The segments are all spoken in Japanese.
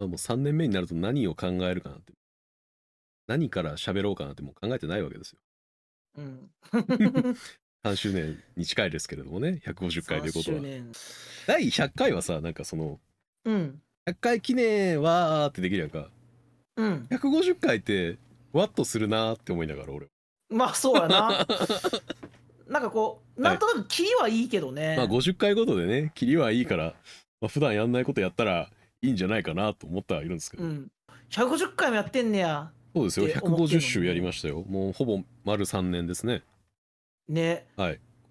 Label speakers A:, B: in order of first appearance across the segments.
A: もう3年目になると何を考えるかなって。何から喋ろうかなってもう考えてないわけですよ。
B: うん。
A: 3周年に近いですけれどもね、150回ということ
B: 3周
A: は。
B: 年。
A: 第100回はさ、なんかその、
B: うん。
A: 100回記念はーってできるやんか。
B: うん。
A: 150回って、ワッとするなーって思いながら俺は。
B: まあそう やな。なんかこう、
A: はい
B: なんとなくキリはいいけどね。
A: まあ50回ごとでね、切りはいいから、まあ、普段やんないことやったらいいんじゃないかなと思ってはいるんですけど。
B: うん。150回もやってんねや。
A: そうですよ、
B: って思ってん
A: 150
B: の
A: 週やりましたよ。もうほぼ丸3年ですね。
B: ね。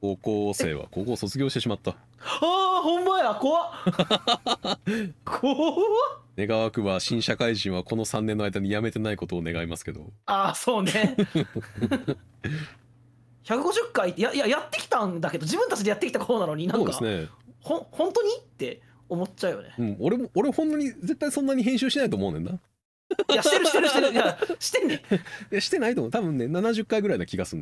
A: 高校生は高校を卒業してしまった。
B: ああ、ほんま や、怖っ。怖っ。
A: 願わくば新社会人はこの3年の間に辞めてないことを願いますけど
B: ああ、そ うね。150回いやいややってきたんだけど自分たちでやってきたことなのになん
A: そう
B: か
A: ですね、
B: ほん本当にって思っちゃうよね。
A: うん、俺も俺ほんのに絶対そんなに編集しないと思うねんない
B: いやしてるしてるしてるいやしてんねん
A: やしてないと思う多分ね70回ぐらいな気がすん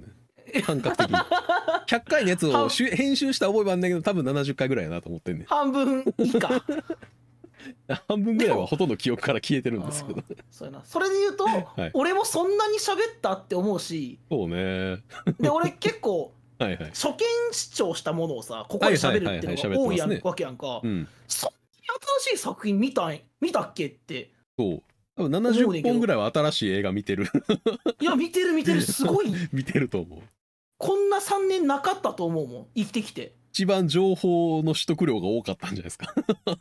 A: ねん感覚 的に100回のやつをしゅ編集した覚えはあんねんけど多分70回ぐらいやなと思ってんね
B: 半分以下。
A: ん半分ぐらい
B: で
A: は
B: も
A: ほとんど記憶から消えてるんですけど
B: あーそうや なそれで言うと、
A: い
B: 俺もそんなに喋ったって思 うし
A: そうね
B: で俺結構
A: はいはい
B: 初見視聴したものをさここで喋るっていうのが多いやん
A: はいはいはいはい喋ってますね
B: わけやんか、
A: うん
B: そんなに新しい作品見たん見たっけって
A: そう多分
B: 思うね
A: 70
B: んけど
A: 本ぐらいは新しい映画見てる
B: いや見てる見てるすごい
A: 見てると思う
B: こんな3年なかったと思うもん生きてきて
A: 一番情報の取得量が多かったんじゃないですか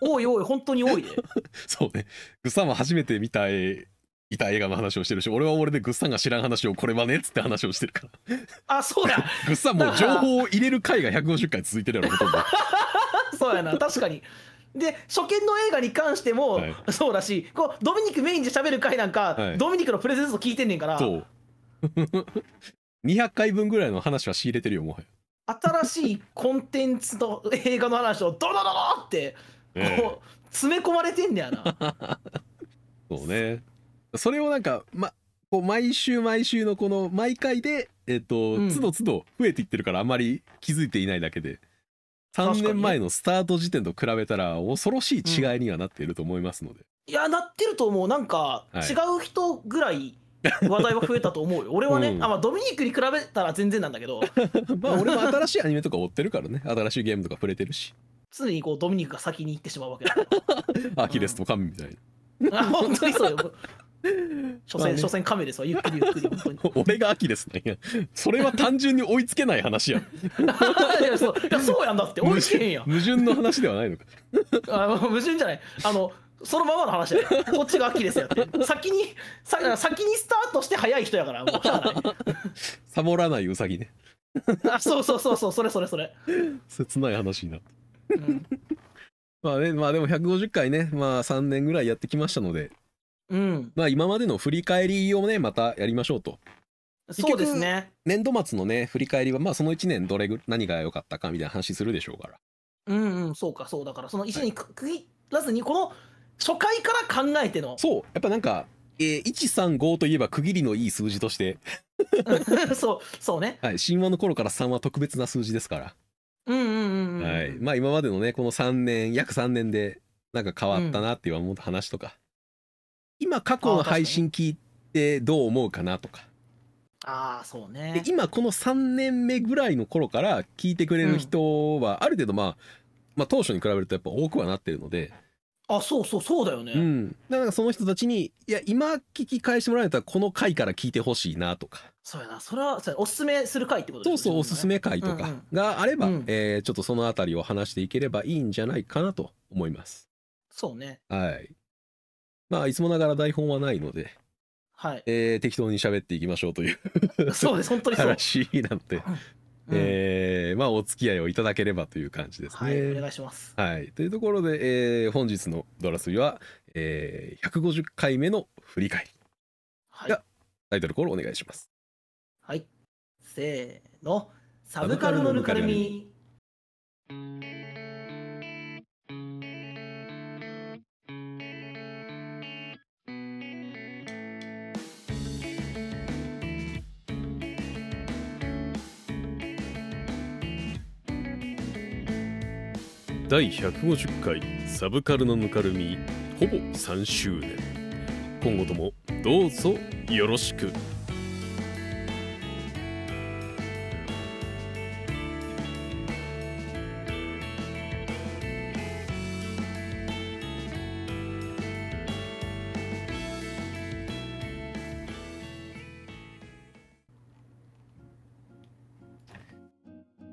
B: 多い多い本当に多いで
A: そうね。グッサンは初めて見たえ見た映画の話をしてるし、俺は俺でグッサンが知らん話をこれはねっつって話をしてるから。
B: あそ うや
A: グッサンもう情報を入れる回が150回続いてるやろ、ほとんど。
B: そうやな確かにで初見の映画に関しても、
A: はい
B: そうだしこうドミニクメインで喋る回なんか、
A: はい
B: ドミニクのプレゼント聞いてんねんから
A: そう。200回分ぐらいの話は仕入れてるよ、もはや。
B: 新しいコンテンツと映画の話をドロドロドロってこう詰め込まれてんね やな。
A: そうね。それをなんか、ま、こう毎週毎週のこの毎回で、えっと、
B: うん
A: つどつど増えていってるからあまり気づいていないだけで。
B: 確か
A: 3
B: にね
A: 年前のスタート時点と比べたら恐ろしい違いにはなっていると思いますので、
B: いやなってると思うなんか
A: はい
B: 違う人ぐらい話題は増えたと 思うよ。俺はね、
A: うん
B: あまあ、ドミニクに比べたら全然なんだけ ど
A: まあ俺も新しいアニメとか追ってるからね新しいゲームとか触れてるし
B: 常にこうドミニクが先に行ってしまうわけだか
A: アキレスと神みたいな、
B: ら。 あ本当にそうよ。所
A: まあ
B: 詮、
A: ね
B: 所詮カメですわゆっくりゆっくり本当に
A: 俺がアキレスなんやそれは単純に追いつけない話やん
B: いやそういやそうやんだって追いつけへんやん
A: 矛盾の話ではないのか
B: あの矛盾じゃないあのそのままの話だよこっちがアキレスやって先にさ先にスタートして早い人やからもうしゃあない
A: サボらないウサギね
B: あそうそうそうそうそれそれそれ、
A: 切ない話になった
B: うん
A: まあねまあでも150回ねまあ3年ぐらいやってきましたので
B: うん、
A: まあ今までの振り返りをねまたやりましょうと
B: そうですね
A: 年度末のね振り返りはまあその1年どれぐ何が良かったかみたいな話するでしょうから
B: うんうんそうかそうだからその一緒にく区切らずにこの初回から考えての
A: そうやっぱなんか、えー135といえば区切りのいい数字として、
B: そうそうね
A: はい、神話の頃から3は特別な数字ですから
B: うんうんうんうん、
A: はい、まあ今までのねこの3年約3年でなんか変わったなっていう思う話とか、今過去の配信聞いてどう思うかなとか
B: ああそう
A: で
B: ね
A: 今この3年目ぐらいの頃から聞いてくれる人はある程度まあ、まあ当初に比べるとやっぱ多くはなってるので、
B: あそうそうそうだよね、
A: うん、だからなんかその人たちにいや今聞き返してもらえたらこの回から聞いてほしいなとか
B: そうやなそれはそうやおすすめする回ってこと
A: そう
B: です
A: そうおすすめ回と
B: うんう
A: か
B: ん
A: があれば、
B: うん
A: えーちょっとそのあたりを話していければいいんじゃないかなと思います。
B: そうね
A: はい。まあ、いつもながら台本はないので、
B: はい
A: えー適当に喋っていきましょうという
B: そうです本当に そう、
A: 話なので、
B: うん
A: えーまあ、お付き合いをいただければという感じです
B: はいお
A: ね。
B: 願いします
A: はい。というところで、えー本日のドラスビは、えー150回目の振り返り。
B: はい
A: やタイトルコールお願いします。
B: はい。せーの。サブカルのぬかるみ。
A: 第150回サブカルのぬかるみほぼ3周年今後ともどうぞよろしく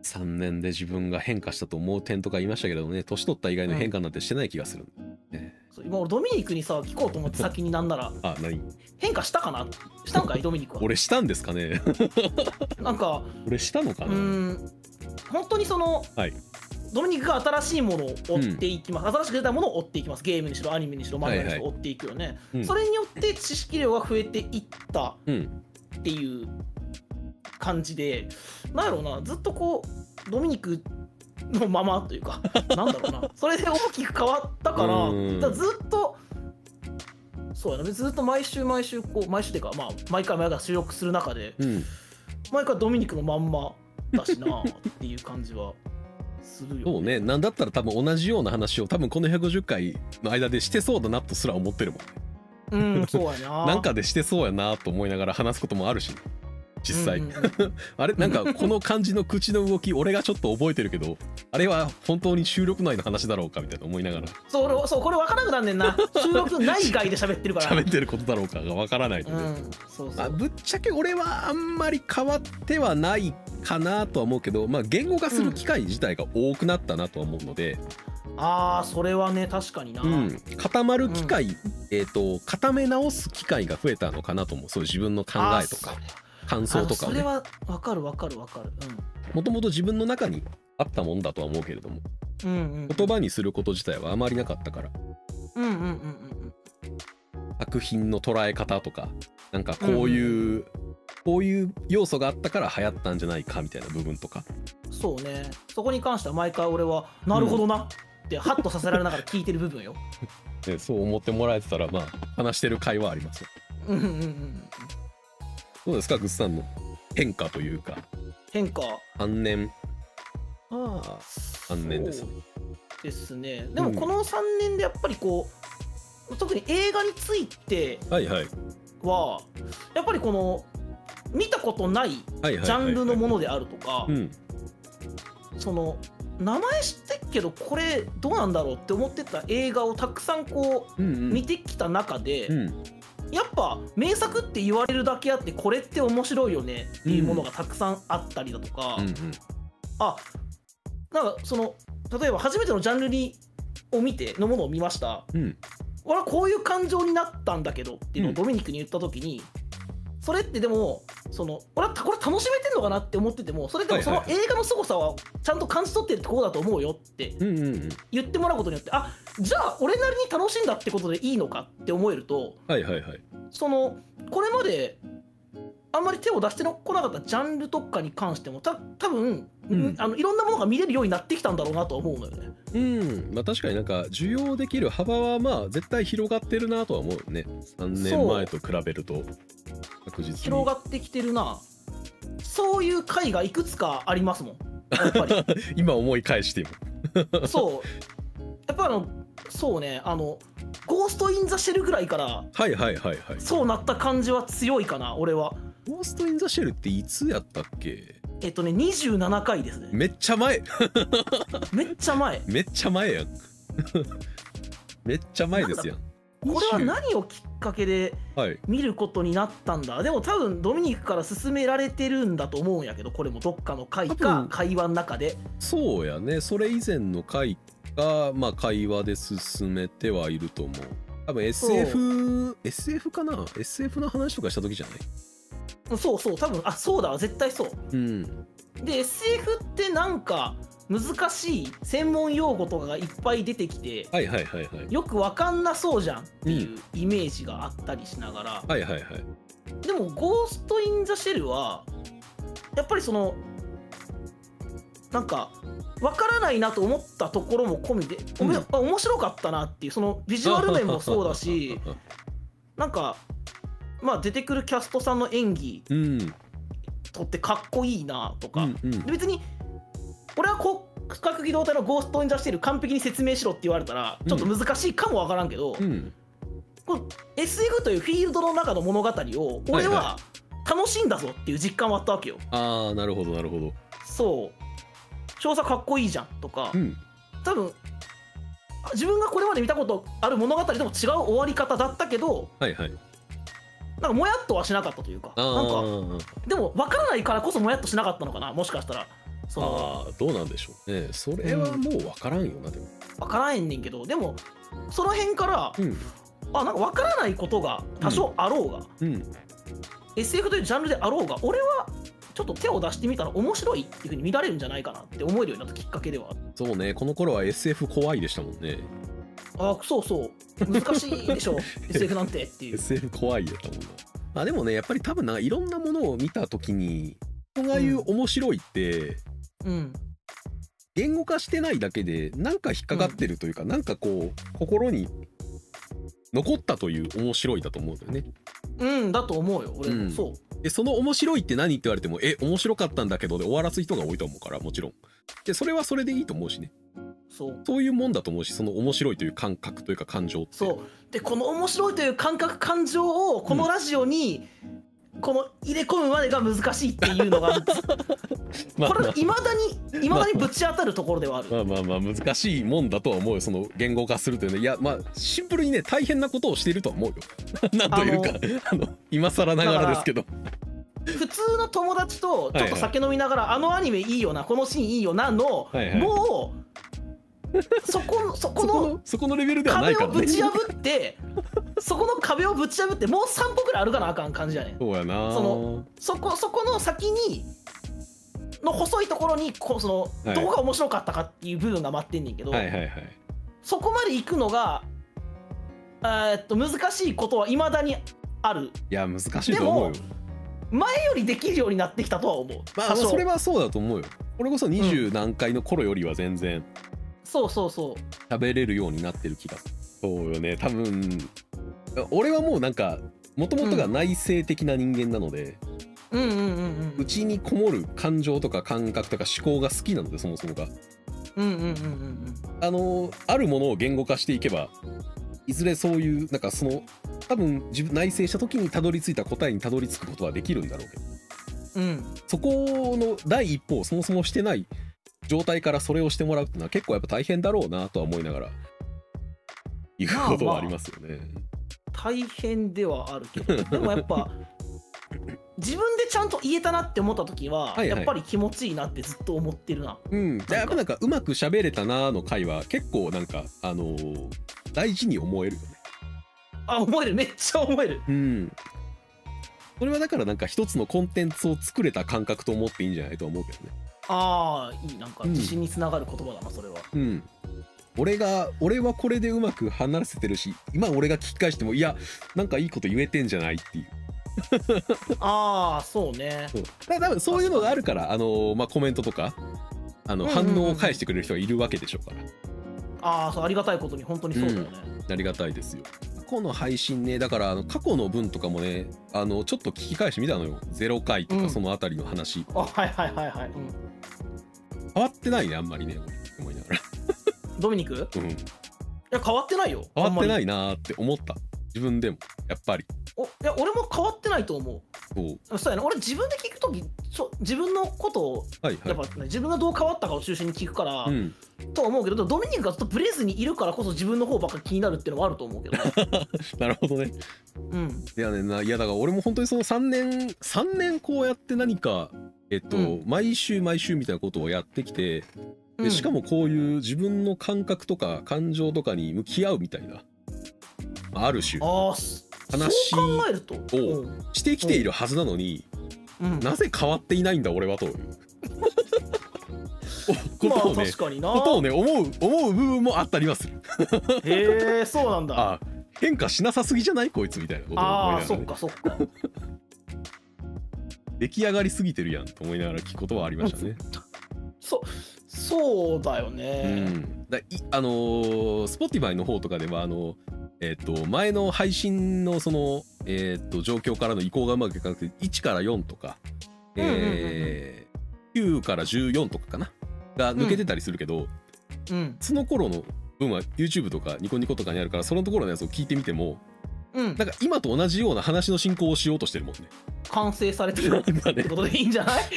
A: 3年で自分が変化したと思う点とか言いましたけれどもね年取った以外の変化なんてしてない気がする、
B: そう今俺ドミニクにさ聞こうと思って先になんなら
A: あ何
B: 変化したかなしたんかいドミニ クは
A: 俺したんですかね
B: なんか
A: 俺したの
B: う
A: かな、
B: ーん本当にその、
A: はい
B: ドミニクが新しいものを追っていきます、新しく出たものを追っていきますゲームにしろアニメにしろ漫画にし
A: はい
B: ろ追っていくよね、
A: うん
B: それによって知識量が増えていった
A: うん
B: っていう感じでなんやろうなずっとこうドミニクのままという かなんだろうなそれで大きく変わったから
A: うん
B: だからずっとそうやなずっと毎週毎週こう毎週っていうかまあ毎回毎回収録する中で
A: うん
B: 毎回ドミニクのまんまだしなっていう感じはするよ、
A: そうねなんだったら多分同じような話を多分この150回の間でしてそうだなとすら思ってるもん
B: うんそうやな
A: なんかでしてそうやなと思いながら話すこともあるし実際、
B: うんうんうん
A: あれなんかこの感じの口の動き俺がちょっと覚えてるけどあれは本当に収録内の話だろうかみたいな思いながら
B: そう俺そうこれ分からなくなんねんな収録内外で喋ってるから
A: 喋ってることだろうかがわからないの
B: う
A: で、
B: んそうそ
A: まあ、
B: う
A: ぶっちゃけ俺はあんまり変わってはないかなとは思うけど、まあ、言語化する機会自体が多くなったなとは思うので、
B: ああそれはね確かにな、
A: うん、固まる機会、えー、と固め直す機会が増えたのかなと思うそういう自分の考えとか感
B: あ
A: 想と
B: そ
A: かを
B: あのそれ
A: ね
B: はわかるわかるわかる、
A: もともと自分の中にあったもんだとは思うけれども
B: うん、うんうん
A: 言葉にすること自体はあまりなかったから
B: うんうんうんうん
A: 作品の捉え方とかなんかこういう、こういう要素があったから流行ったんじゃないかみたいな部分とか
B: うんそうねそこに関しては毎回俺はなるほどなってハッとさせられながら聞いてる 部分よ
A: ね、そう思ってもらえてたらまあ話してる会はありますよ
B: うんうんうんうん
A: どうですかグッズさんの変化というか
B: 変化
A: 3年ああ3年ですね
B: そうですねでもこの3年でやっぱりこう、特に映画について
A: はいはい
B: はやっぱりこの見たことないジ
A: はいはいはい
B: ャンルのものであるとか
A: うん
B: その名前知ってっけどこれどうなんだろうって思ってた映画をたくさんこう
A: うんうん
B: 見てきた中で、
A: うん
B: やっぱ名作って言われるだけあってこれって面白いよねっていうものがたくさんあったりだとか、
A: うん
B: あなんかその例えば初めてのジャンルにを見てのものを見ました
A: うんうん
B: 俺はこういう感情になったんだけどっていうの
A: う
B: を
A: ん
B: ドミニクに言った時に、それってでもその俺はこれ楽しめてんのかなって思っててもそれでもその
A: はいはい
B: 映画の凄さはちゃんと感じ取ってるところだと思うよって
A: うんうんうん
B: 言ってもらうことによってあじゃあ俺なりに楽しんだってことでいいのかって思えると
A: はいはいはい
B: そのこれまであんまり手を出してこなかったジャンルとかに関してもた多分、
A: うん
B: あのいろんなものが見れるようになってきたんだろうなとは思うのよね。
A: うんまあ確かになんか需要できる幅はまあ絶対広がってるなとは思うよね3年前と比べると確実に
B: 広がってきてるなそういう回がいくつかありますもんやっぱり
A: 今思い返しても
B: そうやっぱあのそうねあの「ゴースト・イン・ザ・シェル」ぐらいから
A: はいはいはいはい
B: そうなった感じは強いかな俺は
A: ゴースト・イン・ザ・シェルっていつやったっけ
B: えっとね27回ですね
A: めっちゃ前
B: めっちゃ前
A: めっちゃ前やん めっちゃ前ですやん
B: これは何をきっかけで
A: はい
B: 見ることになったんだでも多分ドミニクから勧められてるんだと思うんやけどこれもどっかの回
A: 多
B: か
A: 分
B: 会話の中で
A: そうやねそれ以前の回がまあ会話で進めてはいると思う多分 SF SF かな SF の話とかした時じゃない
B: そうそう多分あそうだわ絶対そう
A: うん
B: で SF ってなんか難しい専門用語とかがいっぱい出てきて
A: はいはいはいはい
B: よくわかんなそうじゃんっていうイメージがあったりしながら、
A: はいはいはい
B: でも「ゴースト・イン・ザ・シェルは」やっぱりそのなんかわからないなと思ったところも込みで、おめ
A: うん
B: あ面白かったなっていうそのビジュアル面もそうだしなんかまあ出てくるキャストさんの演技
A: うんうん
B: とってかっこいいなとか、
A: うん
B: で別に俺はこ区画機動隊のゴーストに出してる完璧に説明しろって言われたらちょっと難しいかもわからんけど、
A: うん、
B: この SF というフィールドの中の物語を
A: はい
B: 俺は楽しんだぞっていう実感はあったわけよ。
A: ああなるほどなるほど
B: そう調査かっこいいじゃんとか、
A: うん
B: 多分あ自分がこれまで見たことある物語とも違う終わり方だったけど
A: はいはい
B: なんかもやっとはしなかったというか
A: あ
B: なんか
A: ー
B: でも分からないからこそもやっとしなかったのかなもしかしたらその
A: あーどうなんでしょうねそれはもう分からんよなでも
B: 分からへんねんけどでもその辺から
A: うん
B: あなんか分からないことが多少あろうが、
A: うん、
B: SF というジャンルであろうが俺はちょっと手を出してみたら面白いっていう風に見られるんじゃないかなって思えるようになったきっかけではある
A: そうねこの頃は SF 怖いでしたもんね
B: あそうそう難しいでしょ SF なんてっていう
A: SF 怖いやったもんなまあでもねやっぱり多分なんかいろんなものを見た時に人が言う面白いって、
B: うん
A: 言語化してないだけでなんか引っかかってるというか、なんかこう心に残ったという面白いだと思うんだよね。
B: うんだと思うよ俺も、
A: うん
B: そう
A: でその面白いって何って言われてもえ面白かったんだけどで終わらす人が多いと思うからもちろん。でそれはそれでいいと思うしね
B: そう
A: そういうもんだと思うしその面白いという感覚というか感情って
B: そうでこの面白いという感覚感情をこのラジオに、この入れ込むまでが難しいっていうのがこ
A: まあ
B: れはいまだにいまだにぶち当たるところではある、
A: まあまあまあ難しいもんだとは思うよその言語化するというのはいやまあシンプルにね大変なことをしているとは思うよ なんというかあの今更ながらですけど
B: 普通の友達とちょ
A: は
B: っ
A: いは
B: と
A: い
B: 酒飲みながら、あのアニメいいよなこのシーンいいよなの、
A: はいはい
B: もうそ こそ
A: そ
B: こ
A: こ
B: の
A: のそこのレベルではない
B: 壁
A: か
B: を
A: ら
B: ぶ
A: ね
B: ち破ってそこの壁をぶち破ってもう3歩ぐらい歩かなあかん感じやねん
A: そうやな
B: そのそこそこの先にの細いところにこうそ
A: は
B: の
A: い
B: どこが面白かったかっていう部分が待ってんねんけど、
A: はいはいはい
B: そこまで行くのがえーっと難しいことはいまだにある
A: いや難しいと思うよ
B: で前よりできるようになってきたとは思う、
A: まあ
B: 多少
A: それはそうだと思うよこれこそ二十何回の頃よりは全然
B: そうそうそ
A: 喋れるようになってる気がするそうよね多分俺はもうなんかもともとが内省的な人間なので、
B: ううんうんうん
A: う
B: う
A: んちにこもる感情とか感覚とか思考が好きなのでそもそもが
B: うんうんうんうん
A: あのあるものを言語化していけばいずれそういうなんかその多分自分内省した時にたどり着いた答えにたどり着くことはできるんだろうけど
B: うんうん
A: そこの第一歩をそもそもしてない状態からそれをしてもらうっていうのは結構やっぱ大変だろうなとは思いながら行くことはありますよね。
B: 大変ではあるけどでもやっ ぱ自分でちゃんと言えたなって思った時
A: は
B: は、
A: いはい
B: やっぱり気持ちいいなってずっと思ってるな
A: うん、じゃあやっぱなんかうまく喋れたなーの回は結構なんかあのー大事に思えるよね。
B: あ思えるめっちゃ思える
A: うん。それはだからなんか一つのコンテンツを作れた感覚と思っていいんじゃないとは思うけどね。
B: ああいいなんか
A: うん
B: 自信につながる言葉だなそれは、
A: うん。俺が、俺はこれでうまく話せてるし、今俺が聞き返しても、いや、なんかいいこと言えてんじゃないっていう。
B: ああそうね
A: そうだから多分そういうのがあるから、あのーまあ、コメントとか、あの、
B: うんうんう
A: 反
B: ん
A: 応を返してくれる人がいるわけでしょうから。
B: ああそうありがたいことに本当にそうだよね、
A: ありがたいですよ。過去の配信ね、だからあの過去の分とかもね、あの、ちょっと聞き返してみたのよ。0回と
B: う
A: か
B: ん
A: そのあたりの話。
B: あはいはいはいはい、うん
A: 変わってないね、あんまりね、思いながら。
B: ドミニクい
A: うん。
B: や変わってないよ
A: 変わってないいなーって思った自分でもやっぱり
B: おいや俺も変わってないと思
A: そう
B: うそうやね俺自分で聞く時ちょ自分のことを
A: はい
B: やっ
A: は
B: ぱ、ね自分がどう変わったかを中心に聞くから、
A: い、うん、
B: とは思うけどでもドミニクがずっとブレずにいるからこそ自分の方ばっか気になるっていうのはあると思 うけどね、
A: なるほどね
B: うん、
A: いやねないやだから俺も本当にその3年3年こうやって何かえっと、
B: うん
A: 毎週毎週みたいなことをやってきて
B: う
A: で
B: ん
A: しかもこういう自分の感覚とか感情とかに向き合うみたいなまあある種
B: ああそう
A: 話
B: 考えると
A: をしてきているはずなのに、
B: うんうん
A: なぜ変わっていないんだ俺は というおこ
B: まあ
A: とをね、
B: 確かにな
A: ことをね思う思う部分もあったりはする
B: へえそうなんだ
A: あ変化しなさすぎじゃないこいつみたいなことを思いな
B: あ
A: が
B: あ
A: ら
B: そ
A: ね、
B: っかそっか
A: 出来上がりすぎてるやんと思いながら聞くことはありましたね。
B: そそうだよ
A: う
B: ね、
A: ん、だいあのー Spotify の方とかではあのえっと前の配信のその、えっと状況からの移行がうまくいかなくて1から4とか、えー9から14とかかなが抜けてたりするけど、
B: うん
A: その頃の分は YouTube とかニコニコとかにあるからそのところのやつを聞いてみても
B: うん
A: なんか今と同じような話の進行をしようとしてるもん ね。
B: 完成されてる
A: 今
B: って
A: ね
B: ことでいいんじゃ ない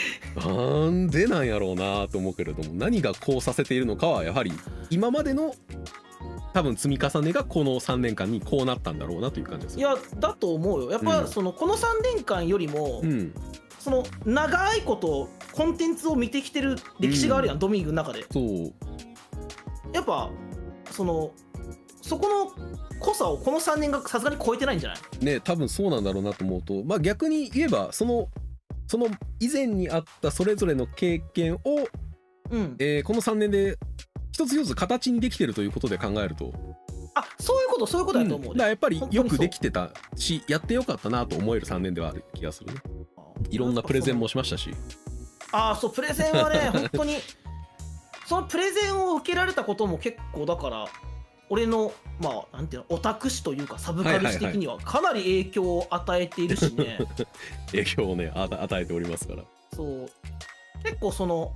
A: なんでなんやろうなと思うけれども何がこうさせているのかはやはり今までの多分積み重ねがこの3年間にこうなったんだろうなという感じです
B: い
A: る。
B: やだと思うよやっ
A: うん
B: ぱそのこの3年間よりも、
A: うん、
B: その長いことコンテンツを見てきてる歴史があるやん、ドミニクの中で
A: そう
B: やっぱそのそこの濃さをこの3年がさすがに超えてないんじゃない
A: ね多分そうなんだろうなと思うとまあ逆に言えばそのその以前にあったそれぞれの経験を、
B: うん
A: えーこの3年で一つ一つ形にできてるということで考えると
B: あそういうことそういうことだと思
A: う
B: うん
A: だから
B: ね、
A: やっぱりよくできてたしやってよかったなと思える3年ではある気がするねいろんなプレゼンもしましたし
B: ああそうプレゼンは ね本当にそのプレゼンを受けられたことも結構だから俺のまあなんていうのオタク史というかサブカル史的にはかなり影響を与えているしね、
A: 影響をねあた与えておりますから
B: そう結構その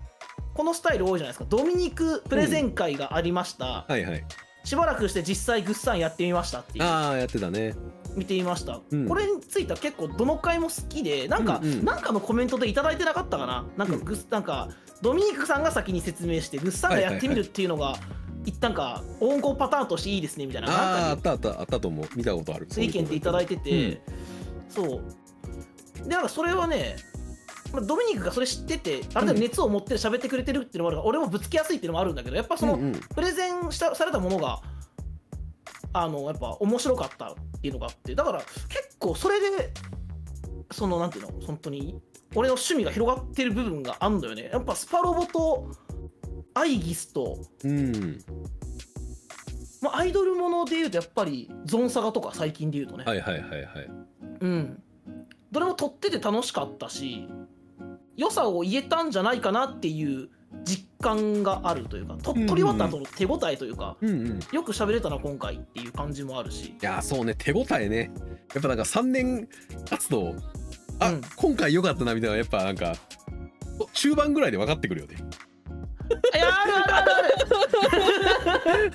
B: このスタイル多いじゃないですかドミニクプレゼン会がありました、
A: はいはい
B: しばらくして実際グッサンやってみましたっていう
A: ああやってたね
B: 見てみました、
A: うん
B: これについては結構どの回も好きでなんか、
A: うんうん
B: なんかのコメントでいただいてなかったかななんかグッ、なんかドミニクさんが先に説明してグッサンがやってみるっていうのが、一旦か音符パターンとしていいですねみたいななんか
A: ああーあ
B: に
A: ったあったあったと思う見たことある
B: そういう意見でいただいてて、そうでなんかそれはねまあドミニクがそれ知っててある程度熱を持って喋ってくれてるっていうのもあるから、俺もぶつけやすいっていうのもあるんだけどやっぱその、
A: うんうん
B: プレゼンしたされたものがあのやっぱ面白かったっていうのがあってだから結構それでそのなんていうの本当に俺の趣味が広がってる部分があるんだよねやっぱスパロボとアイギスと、
A: うん
B: まあ、アイドルものでいうとやっぱりゾンサガとか最近でいうとね、
A: はいはいはいはい
B: うん、どれも撮ってて楽しかったし良さを言えたんじゃないかなっていう実感があるというかと撮り終わった後の手応えというか、
A: うんうん
B: よく喋れたな今回っていう感じもあるし
A: いやーそうね手応えねやっぱなんか3年経つとあ、
B: うん
A: 今回良かったなみたいなやっぱなんかお中盤ぐらいで分かってくるよね
B: いやあるあるあるある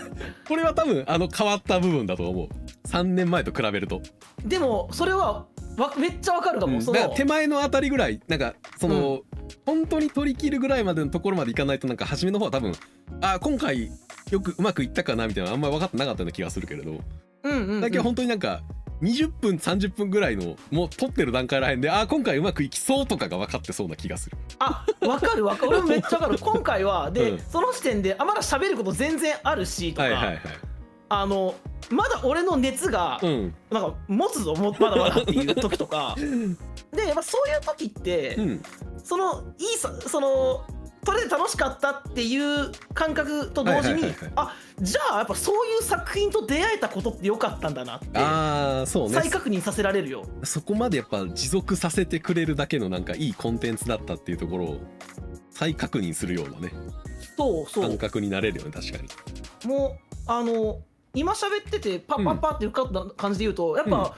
A: これは多分あの変わった部分だと思う3年前と比べると、
B: でもそれはわめっちゃわかるか
A: う
B: も、
A: ん
B: そ
A: だ
B: の
A: から手前のあたりぐらいなんかその、本当に取り切るぐらいまでのところまでいかないとなんか初めの方は多分あ今回よくうまくいったかなみたいなのあんまり分かってなかったような気がするけれど、
B: うんうん、うん、
A: だけど本当になんか20分30分ぐらいのもう撮ってる段階らへんであ今回うまくいきそうとかが分かってそうな気がする
B: あわかる わかる俺もめっちゃわかる今回はで、
A: うん
B: その時点であまだ喋ること全然あるしとか、
A: はいはいはい
B: あのまだ俺の熱が、
A: うん
B: なんか持つぞもまだまだっていう時 とかでやっぱそういう時って、
A: うん
B: そのいいさそのそれで楽しかったっていう感覚と同時
A: は
B: に、
A: いはいはいはい
B: あじゃあやっぱそういう作品と出会えたことって良かったんだなって
A: ああそうね
B: 再確認させられるよ
A: そこまでやっぱ持続させてくれるだけのなんかいいコンテンツだったっていうところを再確認するようなね
B: そうそ
A: 感
B: う
A: 覚になれるよね確かに
B: もうあの今喋っててパッパッパって浮かんだ感じで言うと、やっぱ、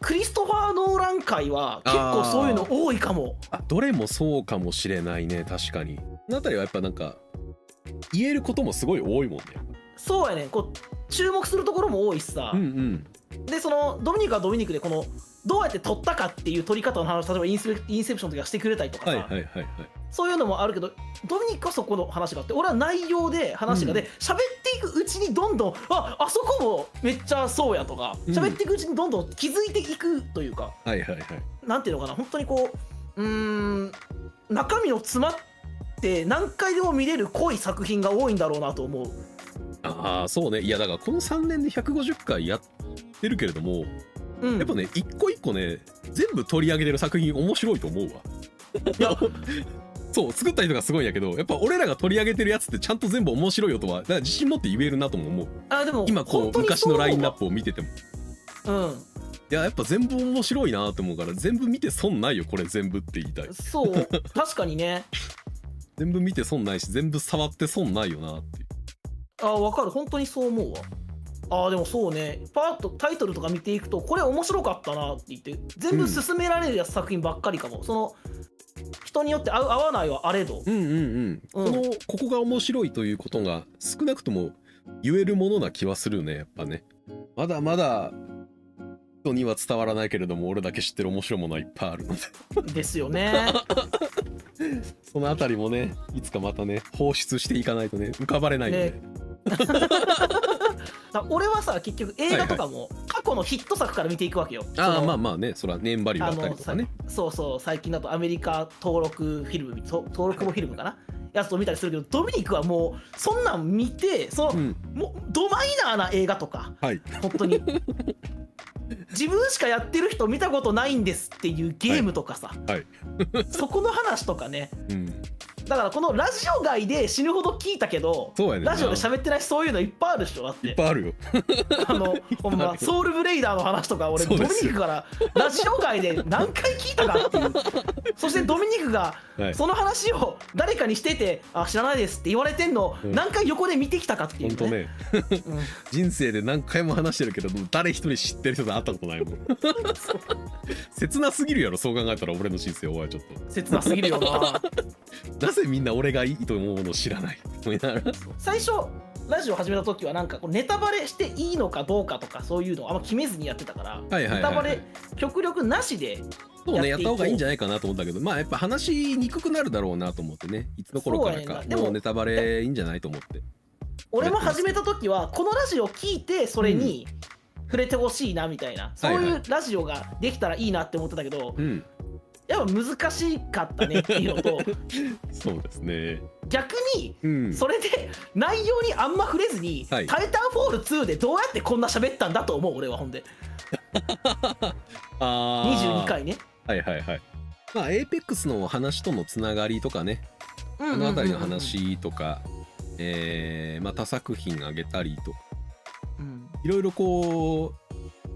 B: クリストファー・ノーラン界は結構そういうの多いかも
A: あどれもそうかもしれないね確かにこの辺りはやっぱなんか言えることもすごい多いもんね
B: そうやねこう注目するところも多いしさ、
A: うんうん
B: でそのドミニクはドミニクでこのどうやって取ったかっていう取り方の話例えばインスペインセプションとかしてくれたりとかさ、
A: はいはいはいはい
B: そういうのもあるけどドミニクはそこの話があって俺は内容で話がで、
A: うん
B: 喋っていくうちにどんどんああそこもめっちゃそうやとか
A: うん
B: 喋っていくうちにどんどん気づいていくというか、
A: はいはいはい
B: なんていうのかな本当にこううーん中身の詰まって何回でも見れる濃い作品が多いんだろうなと思う
A: ああそうねいやだからこの3年で150回やってるけれども、
B: うん、
A: やっぱね一個一個ね全部取り上げてる作品面白いと思うわ
B: いや
A: そう作った人がすごいんやけどやっぱ俺らが取り上げてるやつってちゃんと全部面白いよとはだから自信持って言えるなとも思う
B: あでも
A: 今こ
B: 本
A: う
B: 当に
A: 昔
B: そう
A: の
B: 思うわ
A: ラインナップを見てても
B: うん
A: いややっぱ全部面白いなと思うから全部見て損ないよこれ全部って言いたい
B: そう確かにね
A: 全部見て損ないし全部触って損ないよなっていう
B: あ分かる本当にそう思うわあーでもそうねパーッとタイトルとか見ていくとこれ面白かったなって言って全部勧められるやつ作品ばっかりかも、その人によって合う合わないはあ れど、
A: うんうんうん、このここが面白いということが少なくとも言えるものな気はするねやっぱねまだまだ人には伝わらないけれども俺だけ知ってる面白いものはいっぱいあるので
B: ですよね
A: そのあたりもねいつかまたね放出していかないとね浮かばれないので、
B: ね だ俺はさ結局映画とかも過去のヒット作から見ていくわけよ、
A: あ
B: そ
A: あ
B: の
A: まあまあねそら年バリューだったりとかね
B: そうそう最近だとアメリカ登録フィルムと登録もフィルムかなやつを見たりするけどドミニクはもうそんなん見てその、
A: うん
B: もうドマイナーな映画とか
A: はい
B: 本当に自分しかやってる人見たことないんですっていうゲームとかさ、
A: はい
B: そこの話とかね
A: うん
B: だからこのラジオ外で死ぬほど聞いたけど
A: そうやねんな
B: ラジオで喋ってないしそういうのいっぱいあるでしょだっ
A: いってぱいあるよ
B: あのほん
A: いっぱいあ
B: ま
A: る
B: ソウルブレイダーの話とか俺
A: そ
B: ド
A: う
B: ミ
A: で
B: ニ
A: すよ
B: クからラジオ外で何回聞いたかっていうそしてドミニクが
A: はい
B: その話を誰かにしてて「あ知らないです」って言われてんのを
A: うん
B: 何回横で見てきたかってい
A: ほん
B: う
A: と
B: ね
A: ね
B: うん
A: 人生で何回も話してるけれども誰一人知ってる人と会ったことないもん切なすぎるやろそう考えたら俺の人生お前ちょっ
B: 切なすぎるよな
A: となぜみんな俺がいいと思うものを知らない思いながら
B: 最初ラジオ始めた時はなんかこうネタバレしていいのかどうかとかそういうのをあんま決めずにやってたから
A: はいはいはいはい
B: ネタバレ極力なしで
A: そうねや
B: やっ
A: って
B: いこう
A: た方がいいんじゃないかなと思ったけどまあやっぱ話しにくくなるだろうなと思ってねいつの頃から
B: そうや
A: か
B: ねんなでも
A: もうネタバレいいんじゃないと思って
B: 俺も始めた時はこのラジオを聞いてそれに触れてほしいなみたいな、そう
A: はい
B: い
A: は
B: うラジオができたらいいなって思ってたけど
A: うん
B: やっぱ難しかったねっていう のと
A: そうですね
B: 逆に
A: うん
B: それで内容にあんま触れずに「
A: はい
B: タイタンフォール2」でどうやってこんな喋ったんだと思う俺はほんで
A: あ
B: 22
A: あ
B: 回ね。
A: はいはいはいまあエーペックスの話とのつながりとかねこ
B: こ
A: の辺りの、話とか、えーまあ、他作品あげたりとか
B: うん
A: いろいろこ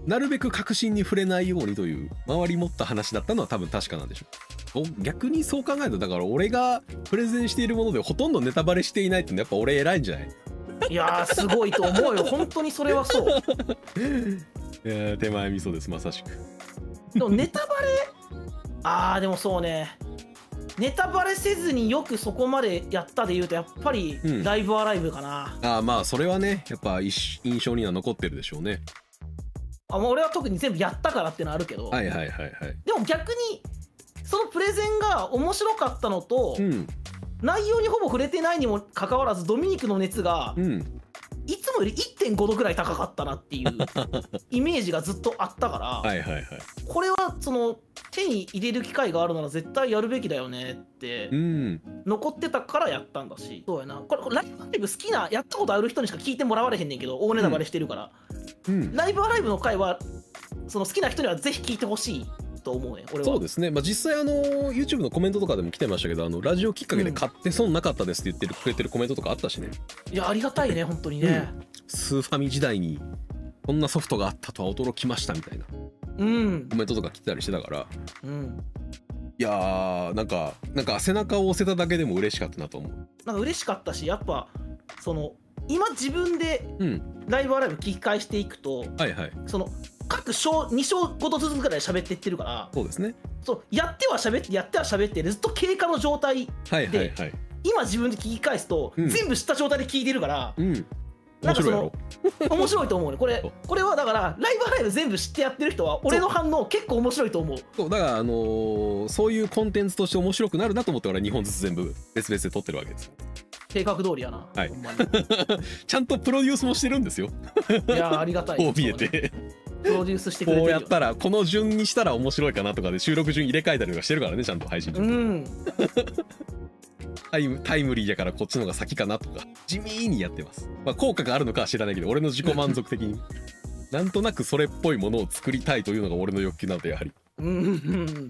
A: うなるべく確信に触れないようにという周り持った話だったのは多分確かなんでしょうお逆にそう考えるとだから俺がプレゼンしているものでほとんどネタバレしていないってのはやっぱ俺偉いんじゃない
B: いやーすごいと思うよ本当にそれはそう
A: えー手前味噌ですまさしく
B: でもネタバレあーでもそうねネタバレせずによくそこまでやったで言うとやっぱり
A: うん
B: ライブアライブかな、
A: ああまあそれはねやっぱ一印象には残ってるでしょうね
B: あまあ俺は特に全部やったからってのはあるけど、
A: はいはいはいはい
B: でも逆にそのプレゼンが面白かったのと、
A: うん
B: 内容にほぼ触れてないにもかかわらずドミニクの熱が
A: うん
B: いつもより1.5度ぐらい高かったなっていうイメージがずっとあったから、
A: はいはいはい
B: これはその手に入れる機会があるなら絶対やるべきだよねって
A: うん
B: 残ってたからやったんだしそうやなこれこれライブアライブ好きなやったことある人にしか聞いてもらわれへんねんけど大ネタバレしてるから、
A: うん
B: ライブアライブの回はその好きな人にはぜひ聞いてほしいと思うね俺は
A: そうですね、まあ、実際あの YouTube のコメントとかでも来てましたけどあのラジオきっかけで買って損なかったですって言ってるくれてるコメントとかあったしね
B: いやありがたいね本当にね
A: スーファミ時代にこんなソフトがあったとは驚きましたみたいな
B: うん
A: コメントとか来てたりしてたから
B: うん
A: いやーなんかなんか背中を押せただけでも嬉しかったなと思う
B: なんか嬉しかったしやっぱその今自分で
A: うん
B: ライブアライブ聞き返していくと
A: はいはい
B: その各章2章ごとずつぐらい喋ってってるから
A: そうですね
B: そうやっては喋ってやっては喋ってずっと経過の状態
A: はいはいはい
B: 今自分で聞き返すと、
A: うん
B: 全部知った状態で聞いてるから
A: うん面
B: なんかそ
A: 白いや
B: の
A: ろ
B: 面白いと思うねこれ
A: そう
B: これはだからライブアライブ全部知ってやってる人は俺の反応結構面白いと思う
A: そうだからあのーそういうコンテンツとして面白くなるなと思って俺は2本ずつ全部別々で撮ってるわけです
B: 計画通りやな、
A: はい
B: ほんまに
A: ちゃんとプロデュースもしてるんですよ
B: いやーありがたい
A: こう見え
B: そうね
A: て
B: プロデュースしてくれて
A: こう
B: る
A: や
B: よ
A: ったらこの順にしたら面白いかなとかで収録順入れ替えたりとかしてるからねちゃんと配信
B: う
A: 順
B: ん
A: タイムタイムリーやからこっちの方が先かなとか地味にやってます、まあ、効果があるのかは知らないけど俺の自己満足的 になんとなくそれっぽいものを作りたいというのが俺の欲求なんでやはり
B: うんう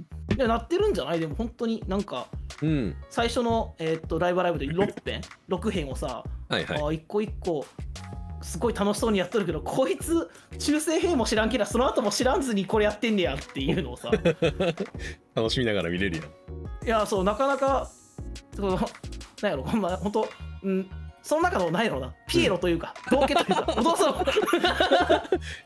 B: んいやなってるんじゃないでも本当になんか
A: うん
B: 最初の、えーっとライブアライブで6編6編をさ、
A: はいはい
B: あー一個一個すごい楽しそうにやっとるけどこいつ中性編も知らんけどその後も知らんずにこれやってんねやっていうの をさい
A: 楽しみながら見れるやん
B: やそうなかなかそのなんやろほんま本当うんその中の何やろうなピエロというか道化という か踊らさ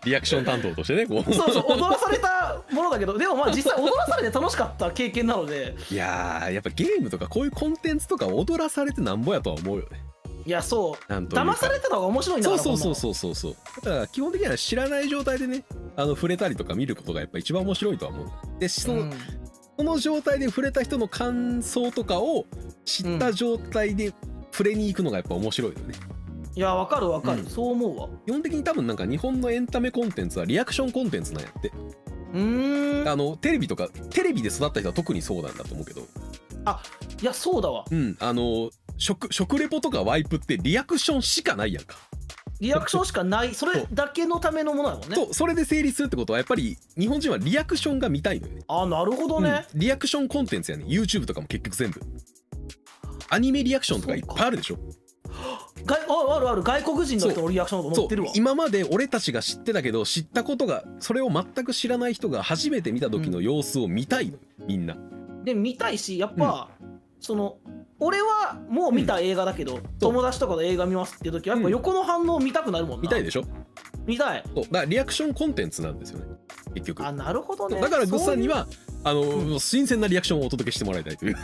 A: リアクション担当としてねこう
B: そうそう踊らされたものだけどでもまあ実際踊らされて楽しかった経験なので
A: いやーやっぱゲームとかこういうコンテンツとか踊らされてなんぼやとは思うよね
B: いやそう
A: なんというか
B: 騙されたのが面白いんだ
A: そ
B: か
A: う
B: ら
A: そうそう
B: う
A: そうそうそうだから基本的には知らない状態でねあの触れたりとか見ることがやっぱ一番面白いとは思うでその,、
B: ん
A: この状態で触れた人の感想とかを知った状態で触れに行くのがやっぱ面白いよね
B: いやわかるわかる、
A: うん
B: そう思うわ
A: 基本的に多分なんか日本のエンタメコンテンツはリアクションコンテンツなんやって
B: うーん
A: あのテレビとかテレビで育った人は特にそうなんだと思うけど
B: いやそうだわ
A: うんあの食食レポとかワイプってリアクションしかないやんか
B: リアクションしかないそれだけのためのものだもんね
A: そうそれで成立するってことはやっぱり日本人はリアクションが見たいのよね
B: あなるほどね、
A: うんリアクションコンテンツやね YouTube とかも結局全部アニメリアクションとかいっぱいあるでしょ
B: 外ああるある外国人の人のリアクションとか
A: そ
B: 載
A: う
B: ってるわ
A: 今まで俺たちが知ってたけど知ったことがそれを全く知らない人が初めて見た時の様子を見たいのよみんな
B: で見たいしやっぱ、その俺はもう見た映画だけど、友達とかの映画見ますっていう時はやっぱ横の反応見たくなるもんな、
A: 見たいでしょ
B: 見たい
A: そうだからリアクションコンテンツなんですよね結局
B: あなるほどね
A: だからグッさんにはあの、
B: う
A: 新鮮なリアクションをお届けしてもらいたいという だ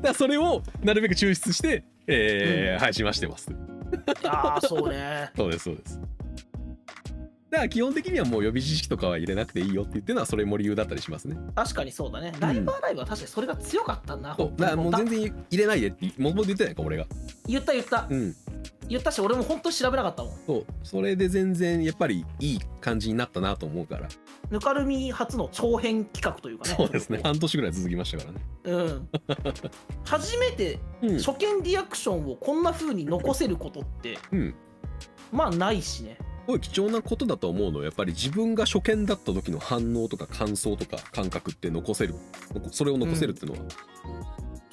A: からそれをなるべく抽出して、えー配信はしてます
B: そういうあーそうね
A: そうですそうですだから基本的にはもう予備知識とかは入れなくていいよって言ってるのはそれも理由だったりしますね
B: 確かにそうだね
A: ん
B: ライブアライブは確かにそれが強かったな、
A: そうだからもう全然入れないでってもともと言ってないか俺が
B: 言った言った
A: うん
B: 言ったし俺も本当に調べなかったもん
A: そうそれで全然やっぱりいい感じになったなと思うから
B: ぬかるみ初の長編企画というかね
A: そうですね半年ぐらい続きましたからね
B: うん初めて
A: うん
B: 初見リアクションをこんな風に残せることって
A: うん
B: まあないしね
A: すごい貴重なことだと思うのはやっぱり自分が初見だった時の反応とか感想とか感覚って残せるそれを残せるっていうのは、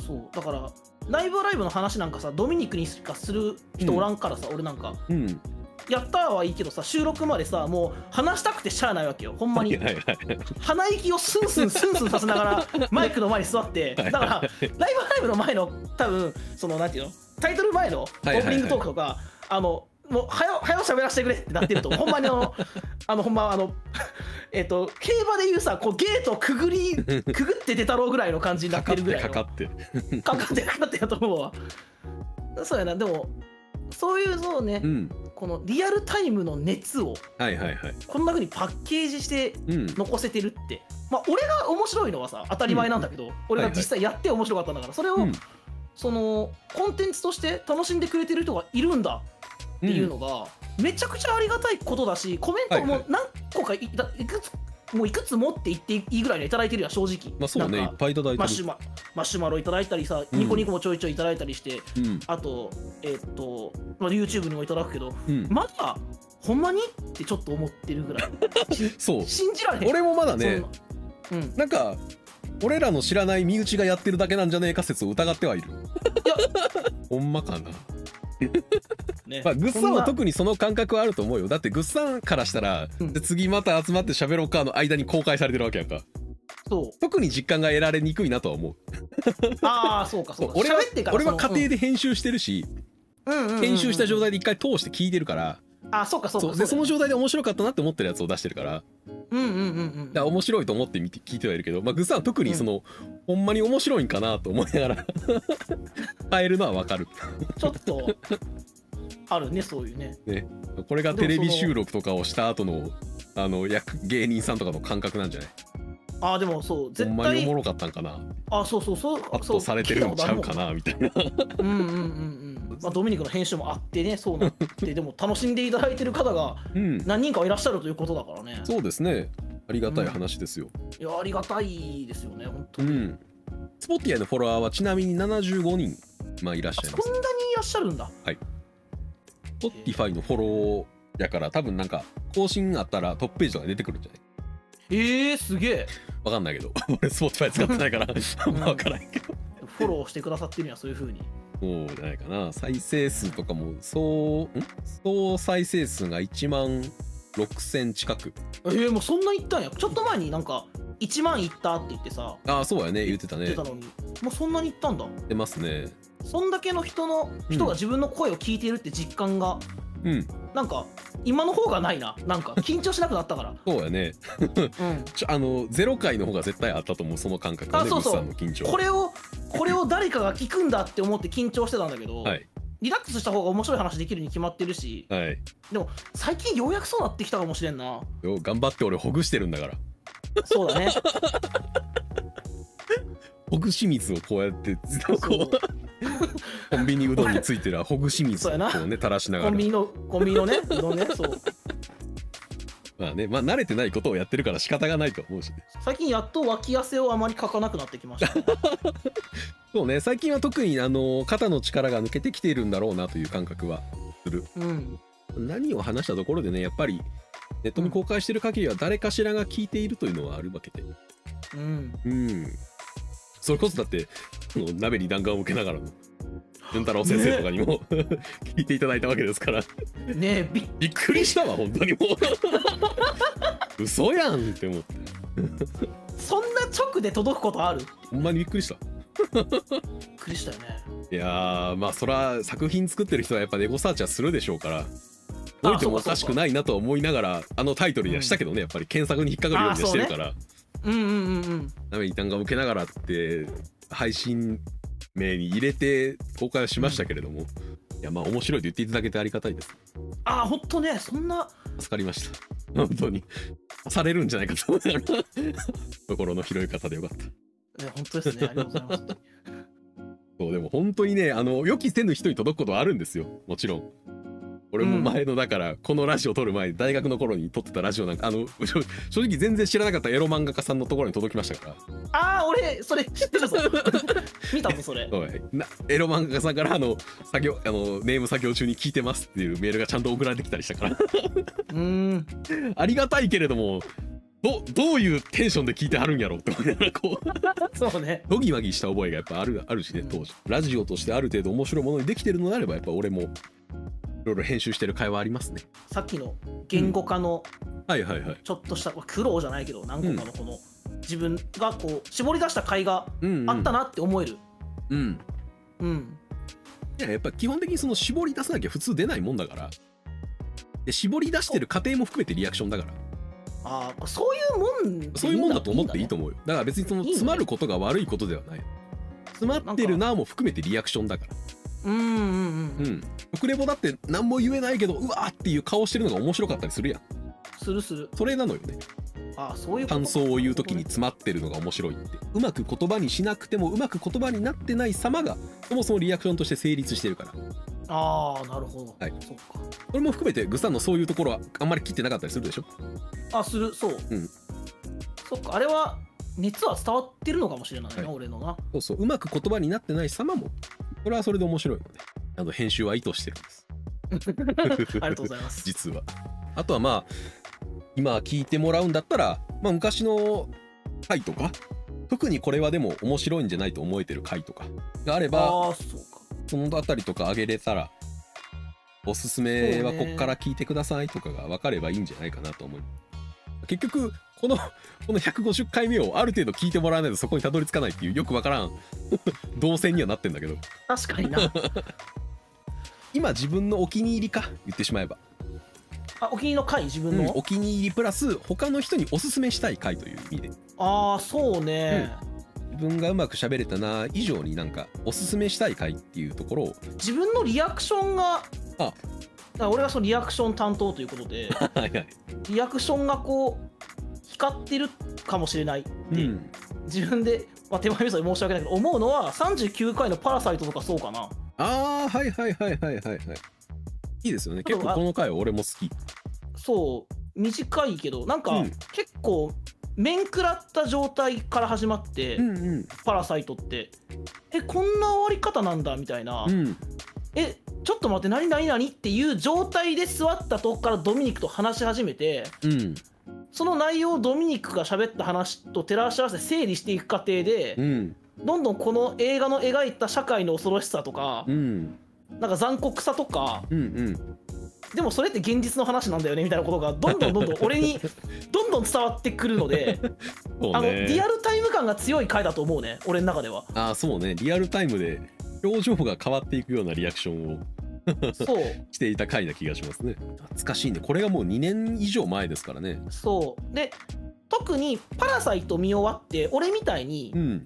B: そうだからライブライブの話なんかさドミニクにしかする人おらんからさ、俺なんか
A: うん
B: やったーはいいけどさ収録までさもう話したくてしゃあないわけよほんま
A: はい
B: に
A: はいはい
B: 鼻息をスンスンスンスンさせ ながらマイクの前に座ってだからライブライブの前の多分そのなんていうのタイトル前のオ
A: いはいはい
B: ープニングトークとか、あのもう早早喋らせてくれって なってると思うほんまにあのあのほんまあのえっと競馬でいうさこうゲートをくぐりくぐって出たろうぐらいの感じにな
A: か
B: っ
A: か
B: て
A: っ
B: るぐ
A: て
B: らい
A: か
B: の
A: かって
B: かかってかかってやと思うわそうやなでもそういうそうね、
A: うん
B: このリアルタイムの熱を
A: はいはいはい
B: こんな風にパッケージして
A: うん
B: 残せてるってまあ俺が面白いのはさ当たり前なんだけど、俺が実際やって面白かったんだからそれを、
A: うん
B: そのコンテンツとして楽しんでくれてる人がいるんだっていうのが、めちゃくちゃありがたいことだしコメント
A: はい
B: も何個かい,、いくつもういくつもって言っていいぐらいのいただいてるやん正直、
A: まあそうねい
B: な
A: っ
B: んか
A: ぱいいただいて
B: マシュ
A: る、
B: ママシュマロいただいたりさ、
A: うん
B: ニコニコもちょいちょいいただいたりして
A: うん
B: あとえっと、まあ、YouTube にもいただくけど
A: うん、
B: まだほんまにってちょっと思ってるぐら いし
A: そう
B: 信じられへん
A: 俺もまだね
B: そんなうん
A: なんか俺らの知らない身内がやってるだけなんじゃねえか説を疑ってはいる
B: や
A: ほんまかな
B: ね
A: まあ、グッさんは
B: そな
A: 特にその感覚はあると思うよだってグッさんからしたら、
B: うん
A: で次また集まって喋ろうかの間に公開されてるわけやんか
B: そ
A: 特に実感が得られにくいなとは思う
B: うああそうかそうか
A: 俺は
B: 喋ってから
A: 俺は家庭
B: で
A: で編集してるし、
B: 編
A: 編集した状態で一回通して聞いてるから、
B: あそうかそう
A: そう
B: か
A: でその
B: 状
A: 状態で面白かったなって思ってるやつを出してるからだか
B: うんうんうん
A: ら面白いと思って見て聞いてはいるけど、まあ、グッさんは特にその、ほんまに面白いんかなと思いながら変えるのはわかる
B: うんちょっとあるねそういうね
A: これがテレビ収録とかをした後のあの役芸人さんとかの感覚なんじゃない
B: ああでもそう
A: ほ
B: 絶
A: んまにおも
B: 対
A: ろかったんかな
B: あそうそうそう
A: 圧倒
B: そ
A: されてるのちゃうか
B: な
A: なみたいな
B: うんうんうんうんまあドミニクの編集もあってねそうなってでも楽しんでいただいてる方が
A: うん
B: 何人かいらっしゃるということだからね
A: そうですねありがたい話ですよ
B: いやありがたいですよね本当
A: う
B: に、
A: ん Spotify のフォロワーはちなみに75人、まあ、いらっし
B: あ
A: ゃい
B: そん
A: ま
B: な
A: す
B: にいらっしゃるんだ
A: Spotify のフォローやから多分なんか更新あったらトップページとかに出てくるんじゃない
B: えー、すげえ
A: わかんないけど 俺 Spotify 使ってないからあんま わからんけど
B: フォローしてくださってるにはそういうふうに
A: そうじゃないかな再生数とかも総ん総再生数が1万6000近く
B: えー、もうそんな言ったんやちょっと前になんか1万いったって言ってさ
A: ああそうやね言ってた
B: 言
A: ね
B: ってたのにもうそんなにいったんだ
A: 出ますね
B: そんだけの人の人が自分の声を聞いているって実感が、
A: うん
B: なんか今の方がないななん か緊張しなくなったから、
A: そうやね
B: うん、
A: ちょあのゼロ回の方が絶対あったと思うその感覚はね
B: あそうそう
A: グッさんの緊張
B: これをこれを誰かが聞くんだって思って緊張してたんだけど、
A: はい
B: リラックスした方が面白い話できるに決まってるし
A: はい
B: 最近ようやくそうなってきたかもしれんな
A: よ頑張って俺ほぐしてるんだから
B: そうだね
A: ほぐし水をこうやって
B: そう
A: こうコンビニうどんについてるほぐし水を
B: そうや
A: こ
B: な
A: うね垂らしなが
B: コ
A: ら
B: ンビニのコンビニのねうどんねそう
A: まあねまあ慣れてないことをやってるから仕方がないと思うしね
B: 最近やっと脇汗をあまりかかなくなってきましたね、
A: そうね最近は特にあの肩の力が抜けてきているんだろうなという感覚は
B: うん
A: 何を話したところでねやっぱりネットに公開してる限りは誰かしらが聞いているというのはあるわけで
B: うん
A: うんそれこそだってあの鍋に弾丸を向けながらの潤太郎先生とかにも、 聞いていただいたわけですから
B: ねえび
A: びっくりしたわ本当にもう 嘘やんって思って
B: そんな直で届くことあるびっ
A: ほんまにびっくりした
B: くりしたよね
A: いやーまあそら作品作ってる人はやっぱネゴサーチはするでしょうから
B: あ
A: 動いても
B: そうかそうか
A: おかしくないなとは思いながらあのタイトルにはしたけどね、やっぱり検索に引っかかるようにはしてるから
B: うんうんうんうん
A: ダメに弾が受けながらって配信名に入れて公開はしましたけれども、いやまあ面白いと言っていただけてありがたいです
B: ああほんとねそんな
A: 助かりました本当にされるんじゃないかと思いながら心の広い方でよかった
B: ね本当ですねありがとうございます
A: そうでも本当にねあの予期せぬ人に届くことはあるんですよもちろん俺も前のだから、このラジオ撮る前大学の頃に撮ってたラジオなんかあの正正直全然知らなかったエロ漫画家さんのところに届きましたから
B: ああ俺それ知ってるぞ 見たぞそれ
A: おいなエロ漫画家さんからあの作業あのネーム作業中に聞いてますっていうメールがちゃんと送られてきたりしたから
B: うーん
A: ありがたいけれどもどどういうテンションで聞いてはるんやろうって思いながらこう
B: そうね
A: ドギマギした覚えがやっぱあるあるしね
B: うん
A: 当時、ラジオとしてある程度面白いものにできてるのであればやっぱ俺もいろいろ編集してる会話ありますね
B: さっきの言語化の
A: はいはいはい
B: ちょっとした、まあ苦労じゃないけど何個かのこの自分がこう絞り出した甲斐が
A: うんうん
B: あったなって思える
A: うん
B: うん、
A: いややっぱ基本的にその絞り出さなきゃ普通出ないもんだからで絞り出してる過程も含めてリアクションだから
B: ああそういうもんでんだ
A: そういうもんだと思っていいと思うよだから別にその
B: いいんだね
A: 詰まることが悪いことではない詰まってるなも含めてリアクションだから
B: うんうんう
A: うんん食レポだって何も言えないけどうわーっていう顔してるのが面白かったりするやん
B: するする
A: それなのよね
B: ああそういうこと
A: 感想を言う時に詰まってるのが面白いってうまく言葉にしなくてもうまく言葉になってない様がそもそもリアクションとして成立してるから
B: ああなるほど、
A: はい
B: そっか
A: それも含めてグさんのそういうところはあんまり切ってなかったりするでしょ
B: あするそう、
A: うん
B: そっかあれは熱は伝わってるのかもしれないな、
A: はい
B: 俺のな
A: そうそううまく言葉になってない様もそれはそれで面白いのであの編集は意図してるんです
B: ありがとうございます
A: 実はあとはまあ今聞いてもらうんだったら、まあ、昔の回とか特にこれはでも面白いんじゃないと思えてる回とかがあれば
B: ああそうか
A: そのあたりとか上げれたらおすすめはこっから聞いてくださいとかが分かればいいんじゃないかなと思います結局このこの150回目をある程度聞いてもらわないとそこにたどり着かないっていうよく分からん 動線にはなってんだけど
B: 確かにな
A: 今自分のお気に入りか言ってしまえば
B: あお気に入りの回自分
A: うん
B: の、
A: お気に入りプラス他の人におすすめしたい回という意味で
B: ああそうね、
A: 自分がうまく喋れたな以上になんかおすすめしたい回っていうところを
B: 自分のリアクションが
A: あ
B: だから俺がそのリアクション担当ということ で
A: はいはい、
B: リアクションがこう光ってるかもしれないって、
A: うん、
B: 自分で、まあ、手前味噌で申し訳ないけど思うのは39回の「パラサイト」とかそうかな
A: ああはいはいはいはいはいはいいいですよね結構この回は俺も好き
B: そう短いけどなんか、
A: うん
B: 結構面食らった状態から始まって「
A: うんうん
B: パラサイト」ってえこんな終わり方なんだみたいな、
A: うん
B: えちょっと待って何何何っていう状態で座ったとこからドミニクと話し始めて
A: うん
B: その内容をドミニクが喋った話と照らし合わせて整理していく過程で
A: うん
B: どんどんこの映画の描いた社会の恐ろしさとか
A: うん
B: なんか残酷さとか
A: うんうん
B: でもそれって現実の話なんだよねみたいなことがどんどんどんどん 俺にどんどん伝わってくるので
A: そう
B: あの
A: ね
B: リアルタイム感が強い回だと思うね俺の中では
A: あーそうねリアルタイムで表情が変わっていくようなリアクションを
B: そう
A: していた回な気がしますね懐かしいねこれがもう2年以上前ですからね
B: そうで特に「パラサイト」見終わって俺みたいに
A: うん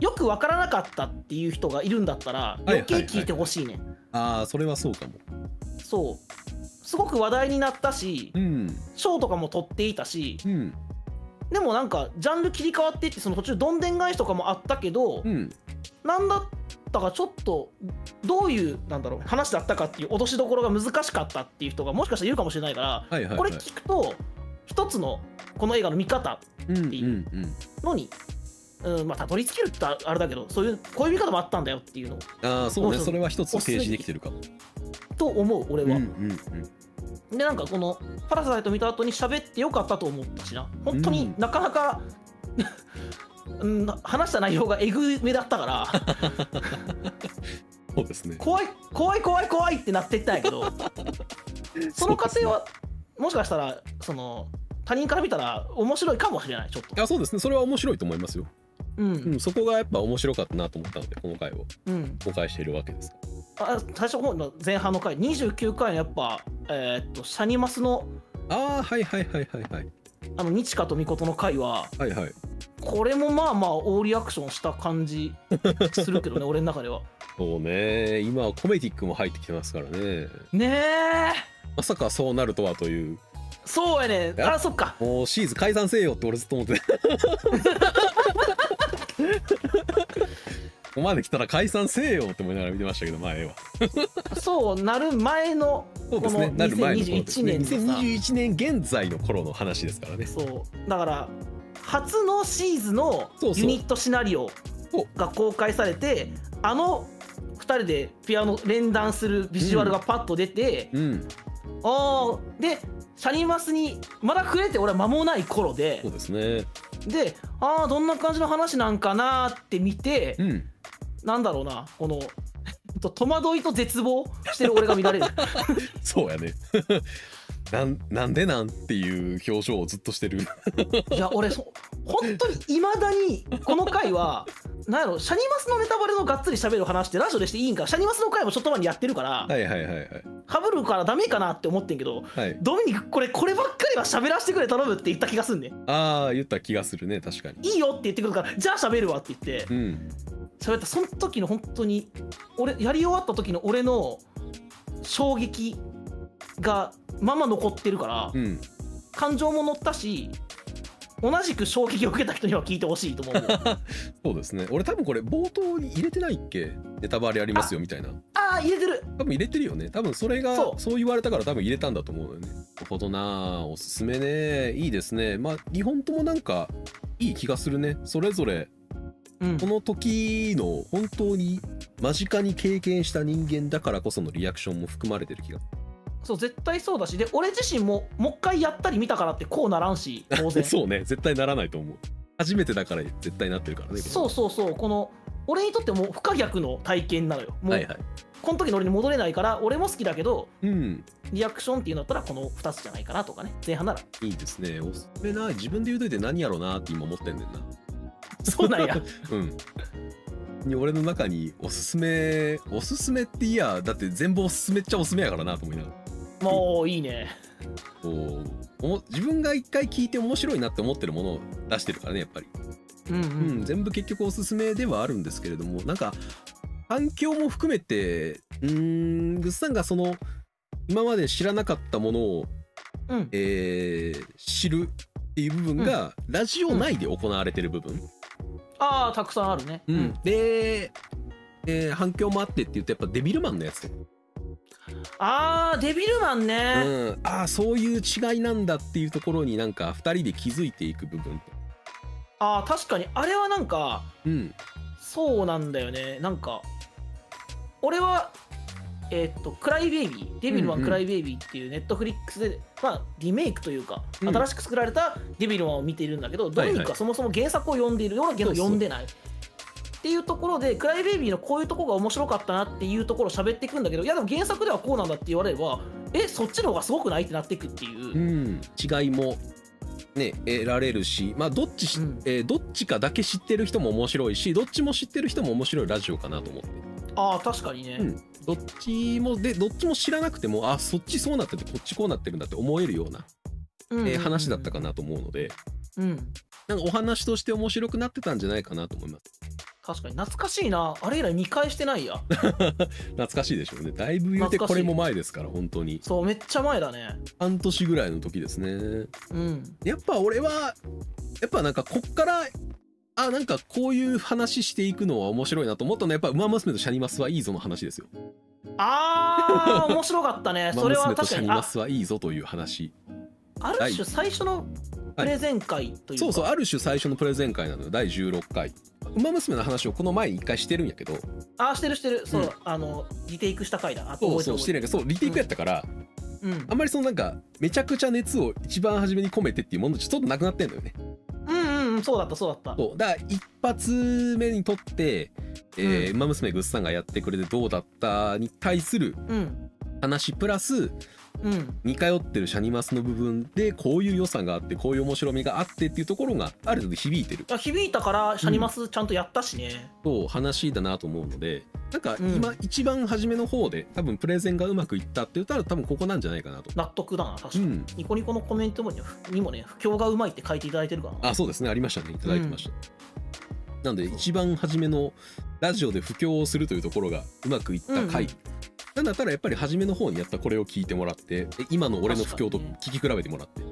B: よく分からなかったっていう人がいるんだったら
A: いはい
B: 余計聞いてほしいね、
A: ああそれはそうかも
B: そうすごく話題になったし
A: うん
B: 賞とかも取っていたし
A: うん
B: でもなんかジャンル切り替わっていってその途中どんでん返しとかもあったけど、
A: うん
B: なんだったかちょっとどういうなんだろう話だったかっていう落としどころが難しかったっていう人がもしかしたらいるかもしれないから、
A: はいはいはい
B: これ聞くと一つのこの映画の見方
A: うんうん
B: て
A: う
B: いうんのに、うんまあ、たどり着けるってあれだけどそういうこういう見方もあったんだよっていうのを
A: ああそう
B: もう
A: ね
B: その
A: それは一つ提示できてるかも
B: と思う俺
A: うんう
B: は、
A: ん
B: でなんかこの「パラサイト」見た後に喋ってよかったと思ったしな本当になかなか、 うん、話した内容がえぐめだったから
A: そうですね
B: 怖い怖い怖い怖いってなってったんや けどその過程は、もしかしたらその他人から見たら面白いかもしれないちょっと
A: あそうですねそれは面白いと思いますよ、
B: う
A: うんん、そこがやっぱ面白かったなと思ったのでこの回を
B: うん
A: 公開しているわけです
B: あ最初の方の前半の回29回のやっぱえーっとシャニマスの
A: ああはいはいはいはいはい
B: あの日花と美琴の回は
A: はいはい
B: これもまあまあオーリアクションした感じする けどね俺の中では
A: そうね今はコメディックも入ってきてますからね
B: ねえ
A: まさかそうなるとはという
B: そうやねあそっか
A: もうシーズン解散せよって俺ずっと思 ってたここまで来たら解散せよって思いながら見てましたけどまあええわ
B: そうなる前の
A: そう
B: こ
A: です
B: の
A: ねなる前の頃です
B: 2021
A: ね
B: 年のさ
A: 2021年現在の頃の話ですからね
B: そうだから初のシーズンの
A: そうそう
B: ユニットシナリオ
A: そう
B: が公開されてあの2人でピアノ連弾するビジュアルがパッと出て、
A: うん
B: あーでシャニマスにまだ触れて俺は間もない頃で
A: そうですね
B: でああどんな感じの話なんかなーって見て、
A: うん
B: なんだろうなこのと戸惑いと絶望してる俺が見 られる
A: そうやね なんなんでなんっていう表情をずっと してる
B: いや俺そ本当にいまだにこの回はなんやろシャニマスのネタバレのがっつり喋る話ってラジオでしていいんかシャニマスの回もちょっと前にやってるから、
A: はいはいはいはい
B: かぶるからダメかなって思ってんけど
A: はい
B: ドミニクこれこればっかりは喋らせてくれ頼むって言った気がすんね
A: ああ言った気がするね確かに
B: いいよって言ってくるからじゃあ喋るわって言って
A: うん
B: 喋ったその時の本当に俺やり終わった時の俺の衝撃がまま残ってるから
A: うん
B: 感情も乗ったし同じく衝撃を受けた人には聞いてほしいと思う
A: そうですね俺多分これ冒頭に入れてないっけネタバレありますよみたいな
B: ああ入れてる
A: 多分入れてるよね多分それがそ
B: そうう
A: 言われたから多分入れたんだと思うよねなるほどなあおすすめねいいですねまあ2本ともなんかいい気がするねそれぞれ
B: うん
A: この時の本当に間近に経験した人間だからこそのリアクションも含まれてる気が
B: そう絶対そうだしで俺自身ももう一回やったり見たからってこうなら んし当然
A: そうね絶対ならないと思う初めてだから絶対なってるからね
B: そううそうそうこの俺にとってもう不可逆の体験なのよもう、
A: はいはい
B: この時の俺に戻れないから俺も好きだけど
A: うん
B: リアクションっていうんだったらこの2つじゃないかなとかね前半なら
A: いいですねおすすめな自分で言うといて何やろうなって今思ってんねんな
B: そうなんや
A: うん。に俺の中におすすめ、おすすめっていや、だって全部おすすめっちゃおすすめやからなと思いながら。
B: もういいね
A: こうおも自分が一回聞いて面白いなって思ってるものを出してるからねやっぱり、
B: うんう
A: うん
B: ん、
A: 全部結局おすすめではあるんですけれどもなんか環境も含めてうーんぐっさんがその今まで知らなかったものを、
B: うん、
A: えー知るっていう部分が、ラジオ内で行われてる部分、
B: ああたくさんあるね、
A: うん、で、えー反響もあってって言ってやっぱデビルマンのやつとか、
B: ああデビルマン
A: う
B: ね、
A: ん、ああそういう違いなんだっていうところになんか2人で気づいていく部分と、
B: ああ確かにあれはなんか
A: うん、
B: そうなんだよねなんか俺はえーっと「クライベイビー」「デビルマ
A: うん
B: ン
A: うん
B: クライベイビー」っていうネットフリックスで、まあ、リメイクというか
A: うん
B: 新しく作られた「デビルマン」を見ているんだけど、ドミニクはそもそも原作を読んでいるような原作を読んでない。っていうところでクライベイビーのこういうとこが面白かったなっていうところを喋っていくんだけどいやでも原作ではこうなんだって言われればえそっちの方がすごくないってなっていくってい
A: う
B: う、
A: ん、違いも、ね、得られるし、まあどっちし
B: うん
A: えーどっちかだけ知ってる人も面白いしどっちも知ってる人も面白いラジオかなと思って
B: ああ確かにね、
A: うんどっちもでどっちも知らなくてもあそっちそうなっててこっちこうなってるんだって思えるような、
B: うん
A: えー話だったかなと思うので
B: うん
A: なんかお話として面白くなってたんじゃないかなと思います
B: 確かに懐かしいなあれ以来見返してな いや
A: 懐かしいでしょうねだいぶ言うて
B: 懐かし
A: こ
B: い
A: れも前ですから本当に
B: そうめっちゃ前だね
A: 半年ぐらいの時ですね
B: うん
A: やっぱ俺はやっぱなんかこっからあなんかこういう話していくのは面白いなと思ったのはやっぱ「ウマ娘とシャニマスはいいぞ」の話ですよ。
B: あー面白かった ね
A: 「ウ
B: そ
A: マ
B: れは
A: 娘と
B: 確
A: シ
B: か
A: ャニ
B: に
A: マ
B: あ
A: スはいいぞ」という話
B: ある種最初のプレゼン会というか、
A: そうそうある種最初のプレゼン会なのよ第16回「ウマ娘」の話をこの前に1回してるんやけど
B: ああしてるしてるそう、
A: うん
B: あのリテイクした回だあ
A: そう
B: 覚
A: そ
B: え
A: うしてるんやけどそうリテイクやったから、
B: 覚えて
A: あんまりそのなんかめちゃくちゃ熱を一番初めに込めてっていうものじゃちょっとなくなってんだよね。
B: うん、うんうんうんそうだったそうだった
A: そうだから一発目にとって「えー
B: う
A: ウマ娘ぐっさんがやってくれてどうだった?」に対する
B: うん
A: 話プラス
B: うん
A: 似通ってるシャニマスの部分でこういう良さがあってこういう面白みがあってっていうところがある程度響いてる
B: いや響いたからシャニマスちゃんとやったしね、
A: と話だなと思うのでなんか
B: うん
A: 今一番初めの方で多分プレゼンがうまくいったって言ったら多分ここなんじゃないかなと。
B: 納得だな確か
A: う
B: に、
A: ん、
B: ニコニコのコメントににもね不況がうまいって書いていただいて るからな
A: あそうですねありましたねいただいてました。なんで一番初めのラジオで布教をするというところがうまくいった回、
B: うんうん
A: なんだったらやっぱり初めの方にやったこれを聞いてもらってえ今の俺の布教と
B: 確かにね
A: 聞き比べてもらって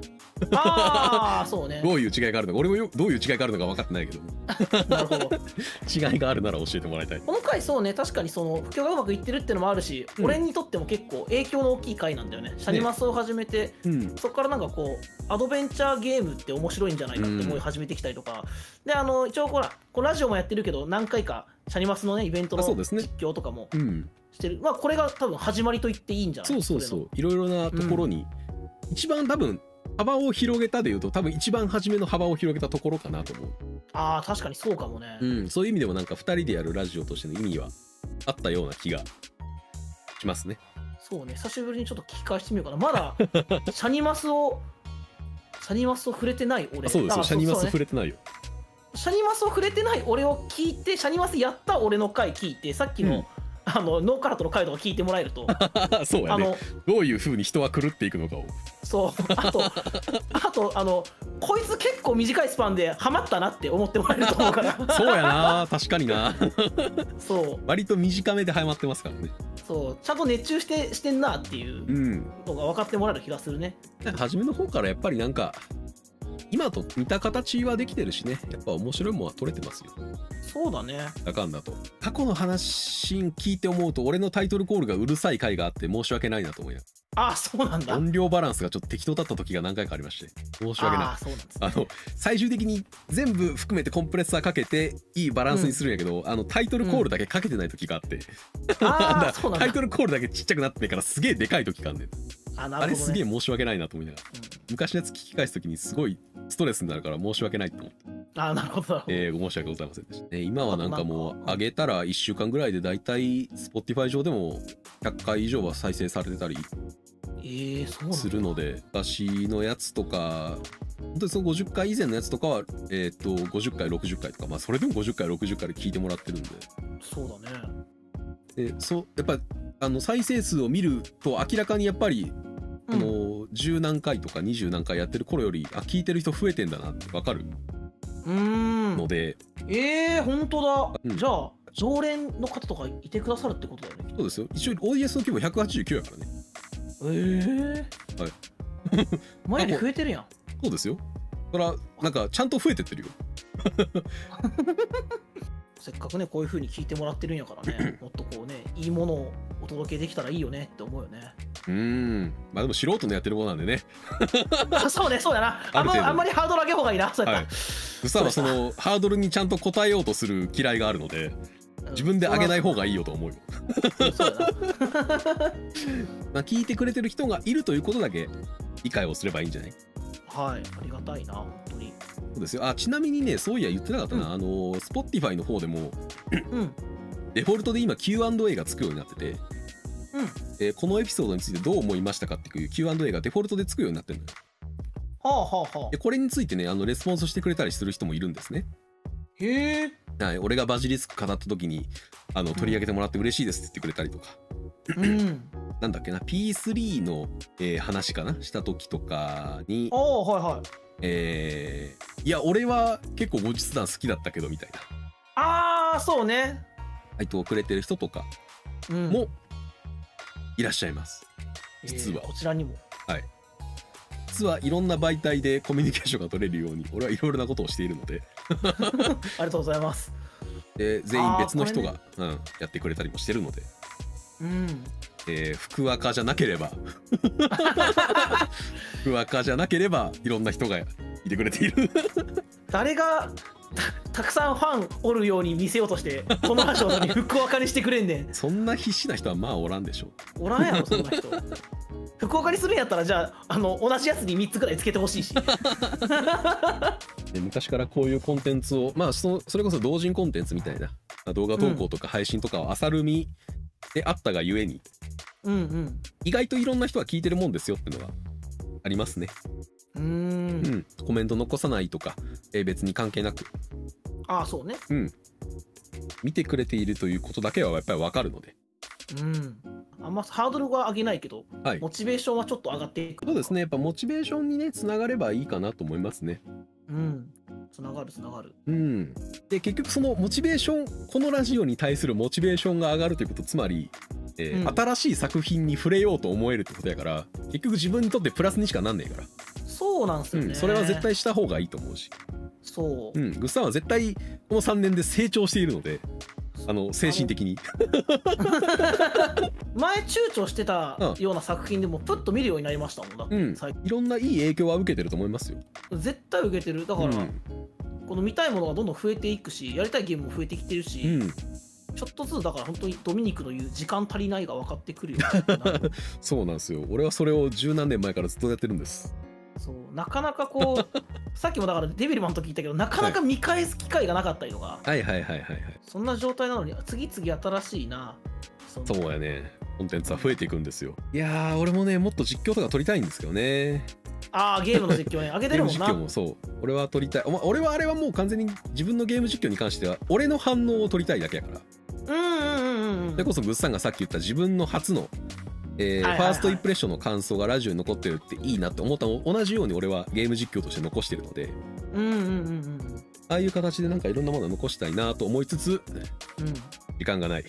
B: あーそうね
A: どういう違いがあるのか俺もよどういう違いがあるのか分かってないけど
B: なるほど
A: 違いがあるなら教えてもらいたい。
B: この回そうね確かにその不況がうまくいってるってのもあるし、
A: うん
B: 俺にとっても結構影響の大きい回なんだよねシャニマスを始めて、
A: うん、
B: そこからなんかこうアドベンチャーゲームって面白いんじゃないかって思い始めてきたりとか、であの一応ほらこうラジオもやってるけど何回かシャニマスのねイベントの
A: あそうですね
B: 実況とかも
A: うん、
B: してる、まあこれが多分始まりと言っていいんじゃない
A: そうそうそういろいろなところに、一番多分幅を広げたでいうと多分一番初めの幅を広げたところかなと思う、
B: ああ確かにそうかもね、
A: うん、そういう意味でもなんか2人でやるラジオとしての意味はあったような気がしますね
B: そうね久しぶりにちょっと聞き返してみようかな まだシャニマスをシャニマスを触れてない俺
A: あそうですよ
B: あ
A: シャニマス
B: そうね
A: 触れてないよ
B: シャニマスを触れてない俺を聞いてシャニマスやった俺の回聞いてさっきの,、
A: うん
B: あのノーカラットの回とか聞いてもらえると
A: あそうや
B: あ
A: ね
B: の
A: どういうふうに人は狂っていくのかを
B: そう あとあとあのこいつ結構短いスパンでハマったなって思ってもらえると思うから
A: そうやな確かにな
B: そう
A: 割と短めでハマってますからね
B: そうちゃんと熱中してしてんなっていう
A: うん
B: のが分かってもらえる気がするね
A: なんか初めの方からやっぱりなんか今と似た形はできてるしねやっぱ面白いもんは取れてますよ
B: そうだね
A: あかんだと過去の話聞いて思うと俺のタイトルコールがうるさい回があって申し訳ないなと思いなが
B: あそうなんだ
A: ら音量バランスがちょっと適当だった時が何回かありまして申し訳ない
B: あーそうな んです
A: あの最終的に全部含めてコンプレッサーかけていいバランスにするんやけど、あのタイトルコールだけかけてない時があって、
B: あ
A: だ
B: ーそうなんだ
A: タイトルコールだけちっちゃくなってからすげえでかい時があんねん、
B: あな
A: あ
B: る
A: れ
B: ほ
A: す
B: ど、
A: げえ
B: ね、
A: 申し訳ないなと思いながら昔のやつ聞き返す時にすごいストレスになるから申し訳ないと思って。
B: あーなるほどなるほど
A: えー、申し訳ございませんでした、ね、今はなんかもう上げたら1週間ぐらいで大体 Spotify 上でも100回以上は再生されてたり
B: えー、そうなん
A: す
B: だ
A: るので私のやつとか本当にその50回以前のやつとかは、えー、と50回60回とか、まあ、それでも50回60回で聞いてもらってるんで
B: そうだね
A: でそうやっぱあの再生数を見ると明らかにやっぱり、
B: う
A: あ
B: ん
A: の10何回とか20何回やってる頃よりあ聞いてる人増えてんだなって分かる
B: うーん
A: ので、
B: えー、本当だ、
A: うん
B: じゃあ常連の方とかいてくださるってことだよね
A: そうですよ一応 ODS の規模189やからね
B: えー、
A: はい
B: 前より増えてるやん
A: そうですよ。だから、なんか、ちゃんと増えてってるよ。
B: せっかくねこういう風に聞いてもらってるんやからねもっとこうねいいものをお届けできたらいいよねって思うよね
A: うーん。まあでも、素人のやってるものなんでね。
B: あそうねそうやなあん,、
A: ある程度
B: まあんまりハードル上げほうがいいなそうや
A: は
B: っ
A: い
B: た、。
A: うさはそ
B: そう
A: の、ハードルにちゃんと応えようとする嫌いがあるので、
B: うん
A: 自分で上げない方がいいよと思うよ。
B: そうやな
A: まあ、聞いてくれてる人がいるということだけ、理解をすればいいんじゃない
B: はいありがたいな本当に
A: そうですよ。あ、ちなみにね、そういや言ってなかったな。あの、Spotify の方でも、
B: うんうん
A: デフォルトで今 Q&A がつくようになってて、えーこのエピソードについてどう思いましたかっていう Q&A がデフォルトでつくようになってるのよ。
B: はあはあは
A: で、これについてね、あの、レスポンスしてくれたりする人もいるんですね。
B: あへえ
A: はい、俺がバジリスク語った時にあの取り上げてもらって嬉しいですって言ってくれたりとか、
B: うん。
A: なんだっけな P3 の、えー話かなした時とかに
B: あ、あ、はいはい。
A: えーいや俺は結構後日談好きだったけどみたいな
B: ああ、そうね。
A: 回答をくれてる人とか
B: うん、
A: もいらっしゃいます。
B: えー
A: 実は
B: こちらにも。
A: 実はいろんな媒体でコミュニケーションが取れるように俺はいろいろなことをしているので
B: ありがとうございます。
A: で全員別の人が、
B: あ
A: うん、やってくれたりもしてるので、
B: うん。
A: えー、福赤じゃなければ 福赤じゃなければいろんな人がいてくれている
B: 誰がたたくさんファンおるように見せようとしてこの話をに福岡にしてくれんねん
A: そんな必死な人はまあおらんでしょう
B: おらんやろそんな人福岡にするんやったらじゃああの同じやつに3つぐらいつけてほしいし
A: で昔からこういうコンテンツをまあそそれこそ同人コンテンツみたいなまあ動画投稿とか配信とかをあさるみであったがゆえに
B: うん
A: 意外といろんな人は聞いてるもんですよってのはありますね、
B: うんうーん
A: うん、コメント残さないとか、えー別に関係なく
B: ああそうね
A: うん、見てくれているということだけはやっぱりわかるので、
B: うんあんまハードルは上げないけど
A: はい、
B: モチベーションはちょっと上がっていく
A: そうですねやっぱモチベーションにねつながればいいかなと思いますね。
B: うんつながるつながる
A: うん、で結局そのモチベーションこのラジオに対するモチベーションが上がるということつまり、えー
B: うん
A: 新しい作品に触れようと思えるってことやから結局自分にとってプラスにしかなんねえから、
B: そうなんす
A: う
B: よね、
A: ん、それは絶対した方がいいと思うし、
B: そうう、
A: ん、グッサンは絶対この3年で成長しているのであの精神的に
B: 前躊躇してた
A: うん
B: ような作品でもプッと見るようになりましたもんだって、
A: うん
B: 最
A: いろんないい影響は受けてると思いますよ。
B: 近絶対受けてるだから、
A: うん
B: この見たいものがどんどん増えていくしやりたいゲームも増えてきてるし、
A: うん
B: ちょっとずつだから本当にドミニクの言う時間足りないが分かってくるようにな る
A: そうなんですよ俺はそれを十何年前からずっとやってるんです
B: そうなかなかこうさっきもだからデビルマンの時言ったけどなかなか見返す機会がなかったりとか、
A: はいはいはいはいはい
B: そんな状態なのに次々新しいなその
A: そうやねコンテンツは増えていくんですよいやー俺もねもっと実況とか撮りたいんですけどね
B: ああゲームの実況 ね上げ
A: ゲ
B: て
A: ーム
B: るもん
A: 実
B: な
A: 況もそう俺は撮りたいお前俺はあれはもう完全に自分のゲーム実況に関しては俺の反応を撮りたいだけやから
B: うんうんうんうん
A: それこそグッさんがさっき言った自分の初のえー
B: はいはい
A: フ
B: はい
A: ァーストインプレッションの感想がラジオに残ってるっていいなって思ったの同じように俺はゲーム実況として残してるので
B: うんうんうんうんうん
A: ああいう形でなんかいろんなものを残したいなと思いつつ
B: うん
A: 時間がない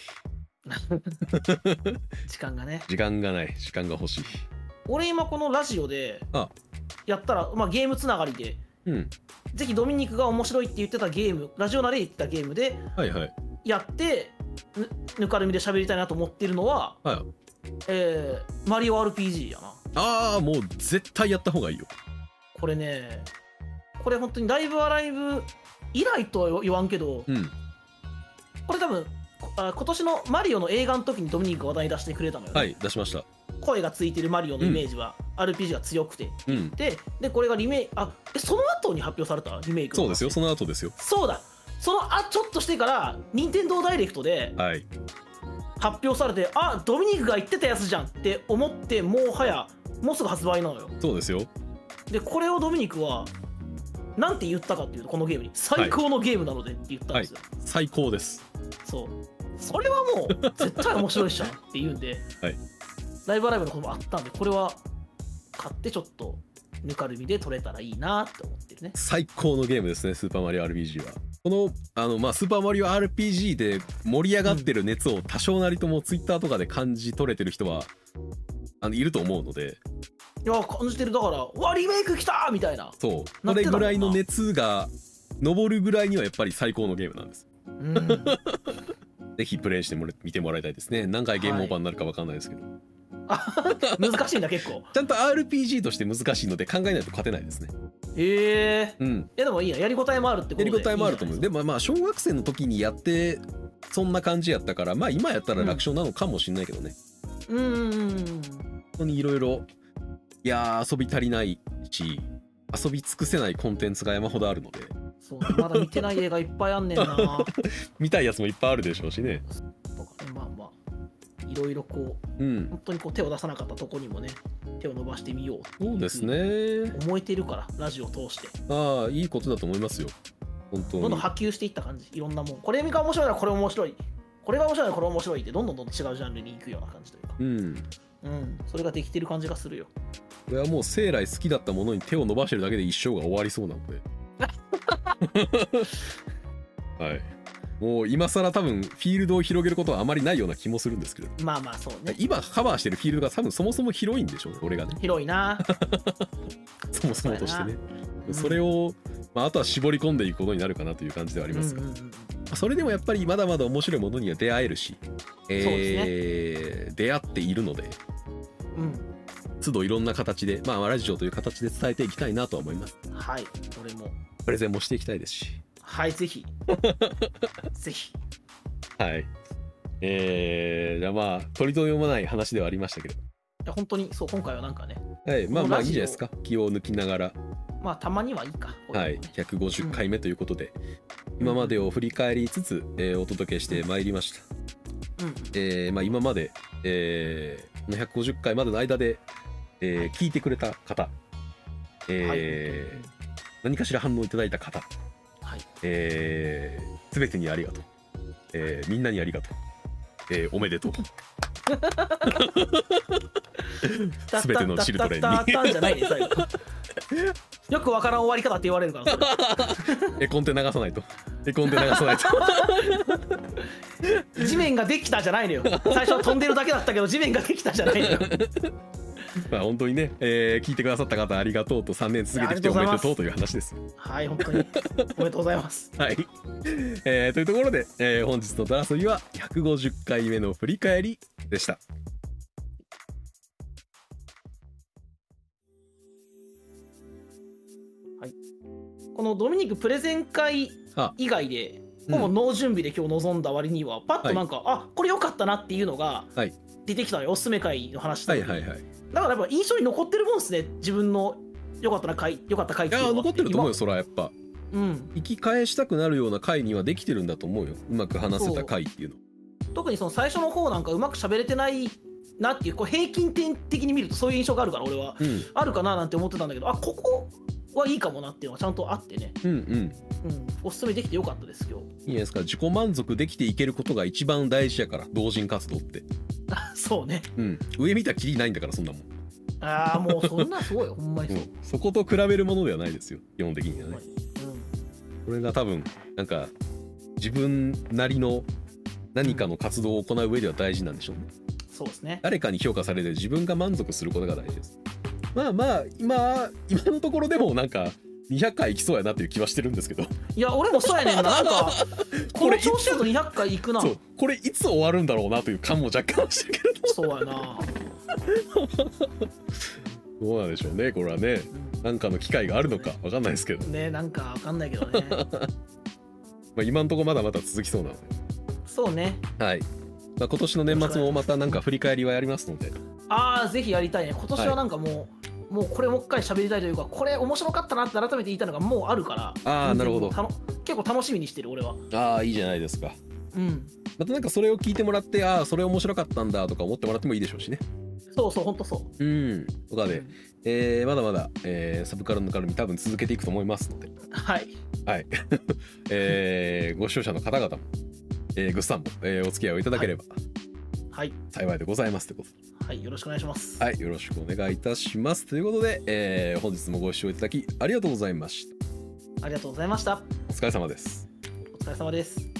B: 時間がね
A: 時間がない時間が欲しい
B: 俺今このラジオで
A: あ
B: やったらまあ、ゲームつながりで
A: うん
B: ぜひドミニクが面白いって言ってたゲームラジオなりで言ってたゲームで
A: はいはい
B: やってぬぬかるみで喋りたいなと思ってるのは、
A: はい
B: えーマリオ RPG やな
A: ああもう絶対やった方がいいよ
B: これねこれ本当に「ライブアライブ」以来とは言わんけど
A: うん
B: これ多分こあ今年のマリオの映画の時にドミニクが話題に出してくれたのよ、
A: はい出しました
B: 声がついてるマリオのイメージは、RPG が強くて
A: うん
B: ででこれがリメイクあえその後に発表されたリメイクの
A: そうですよその後ですよ
B: そうだそのあちょっとしてから任天堂ダイレクトで
A: はい
B: 発表されてあドミニクが言ってたやつじゃんって思ってもはやもうすぐ発売なのよ
A: そうですよ
B: でこれをドミニクはなんて言ったかっていうとこのゲームに最高のゲームなのでって言ったんですよ、
A: 最高です
B: そうそれはもう絶対面白いじゃんって言うんで、
A: はい
B: ライブアライブのこともあったんでこれは買ってちょっとぬかるみで取れたらいいなって思ってるね
A: 最高のゲームですねスーパーマリオ RPG はこのあのまあスーパーマリオ RPG で盛り上がってる熱を多少なりともツイッターとかで感じ取れてる人はあのいると思うので
B: いや感じてるだから「うわリメイク来た!」みたいな
A: そうそ
B: なって
A: れ
B: たも
A: ぐ
B: んな
A: らいの熱が上るぐらいにはやっぱり最高のゲームなんです
B: うん
A: ぜひプレイしてもら見てもらいたいですね何回ゲームオーバーになるか分かんないですけど、
B: 難しいんだ結構
A: ちゃんと RPG として難しいので考えないと勝てないですね
B: へえ
A: うん
B: いやでもいいややりごたえもあるってこ
A: やり
B: とで
A: ごたえもあると思う
B: いいん
A: で
B: じゃない
A: もまあ小学生の時にやってそんな感じやったからまあ今やったら楽勝なのかもしんないけどね、
B: すかうんうんうん
A: 本当にいろいろいやー遊び足りないし遊び尽くせないコンテンツが山ほどあるので
B: そうねまだ見てない映画いっぱい あんねんなとか
A: 見たいやつもいっぱいあるでしょうしね
B: ねまあまあいろいろこう
A: うん
B: 本当にこう手を出さなかったとこにもね手を伸ばしてみよう
A: そうですね
B: 思えてるからラジオを通して
A: ああいいことだと思いますよ本当に
B: どんどん波及していった感じいろんなもんこれが面白いならこれ面白いこれが面白いならこれ面白いってどんどんどんどん違うジャンルに行くような感じというか
A: うん
B: うんそれができてる感じがするよ
A: これはもう生来好きだったものに手を伸ばしてるだけで一生が終わりそうなのではいもう今更多分フィールドを広げることはあまりないような気もするんですけれど
B: まあまあそうね
A: 今カバーしてるフィールドが多分そもそも広いんでしょうね俺がね
B: 広いな
A: そもそもとしてね
B: うん
A: それを、まあ、あとは絞り込んでいくことになるかなという感じではありますが、
B: うんうんうんうん
A: それでもやっぱりまだまだ面白いものには出会えるし、えー出会っているので
B: うん
A: 都度いろんな形で、まあ、ラジオという形で伝えていきたいなとは思います
B: はい俺も
A: プレゼンもしていきたいですし
B: はい ぜひぜひ
A: はいえー、じゃあまあ取り留めもない話ではありましたけど
B: いや本当にそう今回はなんかね
A: はいまあ
B: もう
A: まあいい
B: ラジオ
A: じゃないですか気を抜きながら
B: まあたまにはいいかこう
A: は
B: う
A: い
B: のね
A: 150回目ということで、
B: ん
A: 今までを振り返りつつ、えーお届けしてまいりました
B: うんうん
A: えーまあ、今まで、えー、この150回までの間で、えー聞いてくれた方、えー何かしら反応いただいた方、
B: はい
A: えー、全てにありがとう、えーみんなにありがとう、えーおめでとう全てのチルトレンに
B: だったったったったんじゃないで最後よくわからん終わり方って言われるからそれ
A: 絵コンテ流さないと絵コンテ流さないと
B: 地面ができたじゃないのよ最初は飛んでるだけだったけど地面ができたじゃないのよ
A: まあ本当にね、えー聞いてくださった方ありがとうと3年続けてきて
B: い
A: お
B: やあ
A: め
B: りが
A: で
B: と
A: と
B: う
A: うという話です
B: はい本当におめでとうございます
A: はい、えーというところで、えー本日の「ドラ遊び」は150回目の振り返りでした。
B: このドミニクプレゼン会
A: あ
B: 以外で
A: うん
B: ほぼノー準備で今日臨んだ割には、パッとなんか、あこれ良かったなっていうのが
A: はい
B: 出てきたのよ、おすすめ会の話と
A: はいはいはい。い
B: だからやっぱ印象に残ってるもんですね自分の良かったな回良かった回っていう
A: や
B: の
A: ー
B: が
A: 残ってると思うよ
B: 今
A: そらやっぱ
B: うん、
A: 生き返したくなるような回にはできてるんだと思うようまく話せた回っていうの
B: 特にその最初の方なんかうまく喋れてないなっていうこう平均点的に見るとそういう印象があるから俺は
A: うん
B: あるかななんて思ってたんだけどあここはいいかもなっていうのがちゃんとあってね、
A: うんうん
B: うん、おすすめできてよかったです 今日
A: いいじゃないですか自己満足できていけることが一番大事やから同人活動って
B: そうね
A: うん上見たきりないんだからそんなもん、
B: ああもうそんなすごいよほんまに
A: う、
B: そうん
A: そこと比べるものではないですよ基本的には
B: ほんま
A: ね
B: に
A: これが多分なんか自分なりの何かの活動を行う上では大事なんでしょうね
B: うん、そうですね
A: 誰かに評価されて自分が満足することが大事ですまあまあ今今のところでもなんか200回いきそうやなっていう気はしてるんですけど
B: いや俺もそうやねんななんかこ
A: これ
B: の調子だと200回いくな
A: そうこれいつ終わるんだろうなという感も若干してるけど
B: そうやな、
A: どうなんでしょうねこれはねなんかの機会があるのかわかんないですけど、
B: うんねなんかわかんないけど ね
A: まあ、今のところまだまだ続きそうなの
B: そうね
A: で、はいまあ、今年の年末もまたなんか振り返りはやりますので
B: ああぜひやりたいね今年はなんかもう、もうこれもう一回喋りたいというかこれ面白かったなって改めて言いたいのがもうあるから
A: あーなるほど
B: たの結構楽しみにしてる俺は
A: ああいいじゃないですか
B: うん
A: またなんかそれを聞いてもらってああそれ面白かったんだとか思ってもらってもいいでしょうしね
B: そうそうほんとそう
A: うんとかで
B: う、ん
A: えーまだまだ、えーサブカルの絡み多分続けていくと思いますので、
B: はい
A: はいえーご視聴者の方々も、えー、ぐっさんも、えーお付き合いをいただければ
B: はい
A: 幸いでございますということで
B: はいよろしくお願いします、
A: はい、よろしくお願いいたします。ということで、えー本日もご視聴いただきありがとうございました。
B: ありがとうございました
A: お疲れ様です。
B: お疲れ様です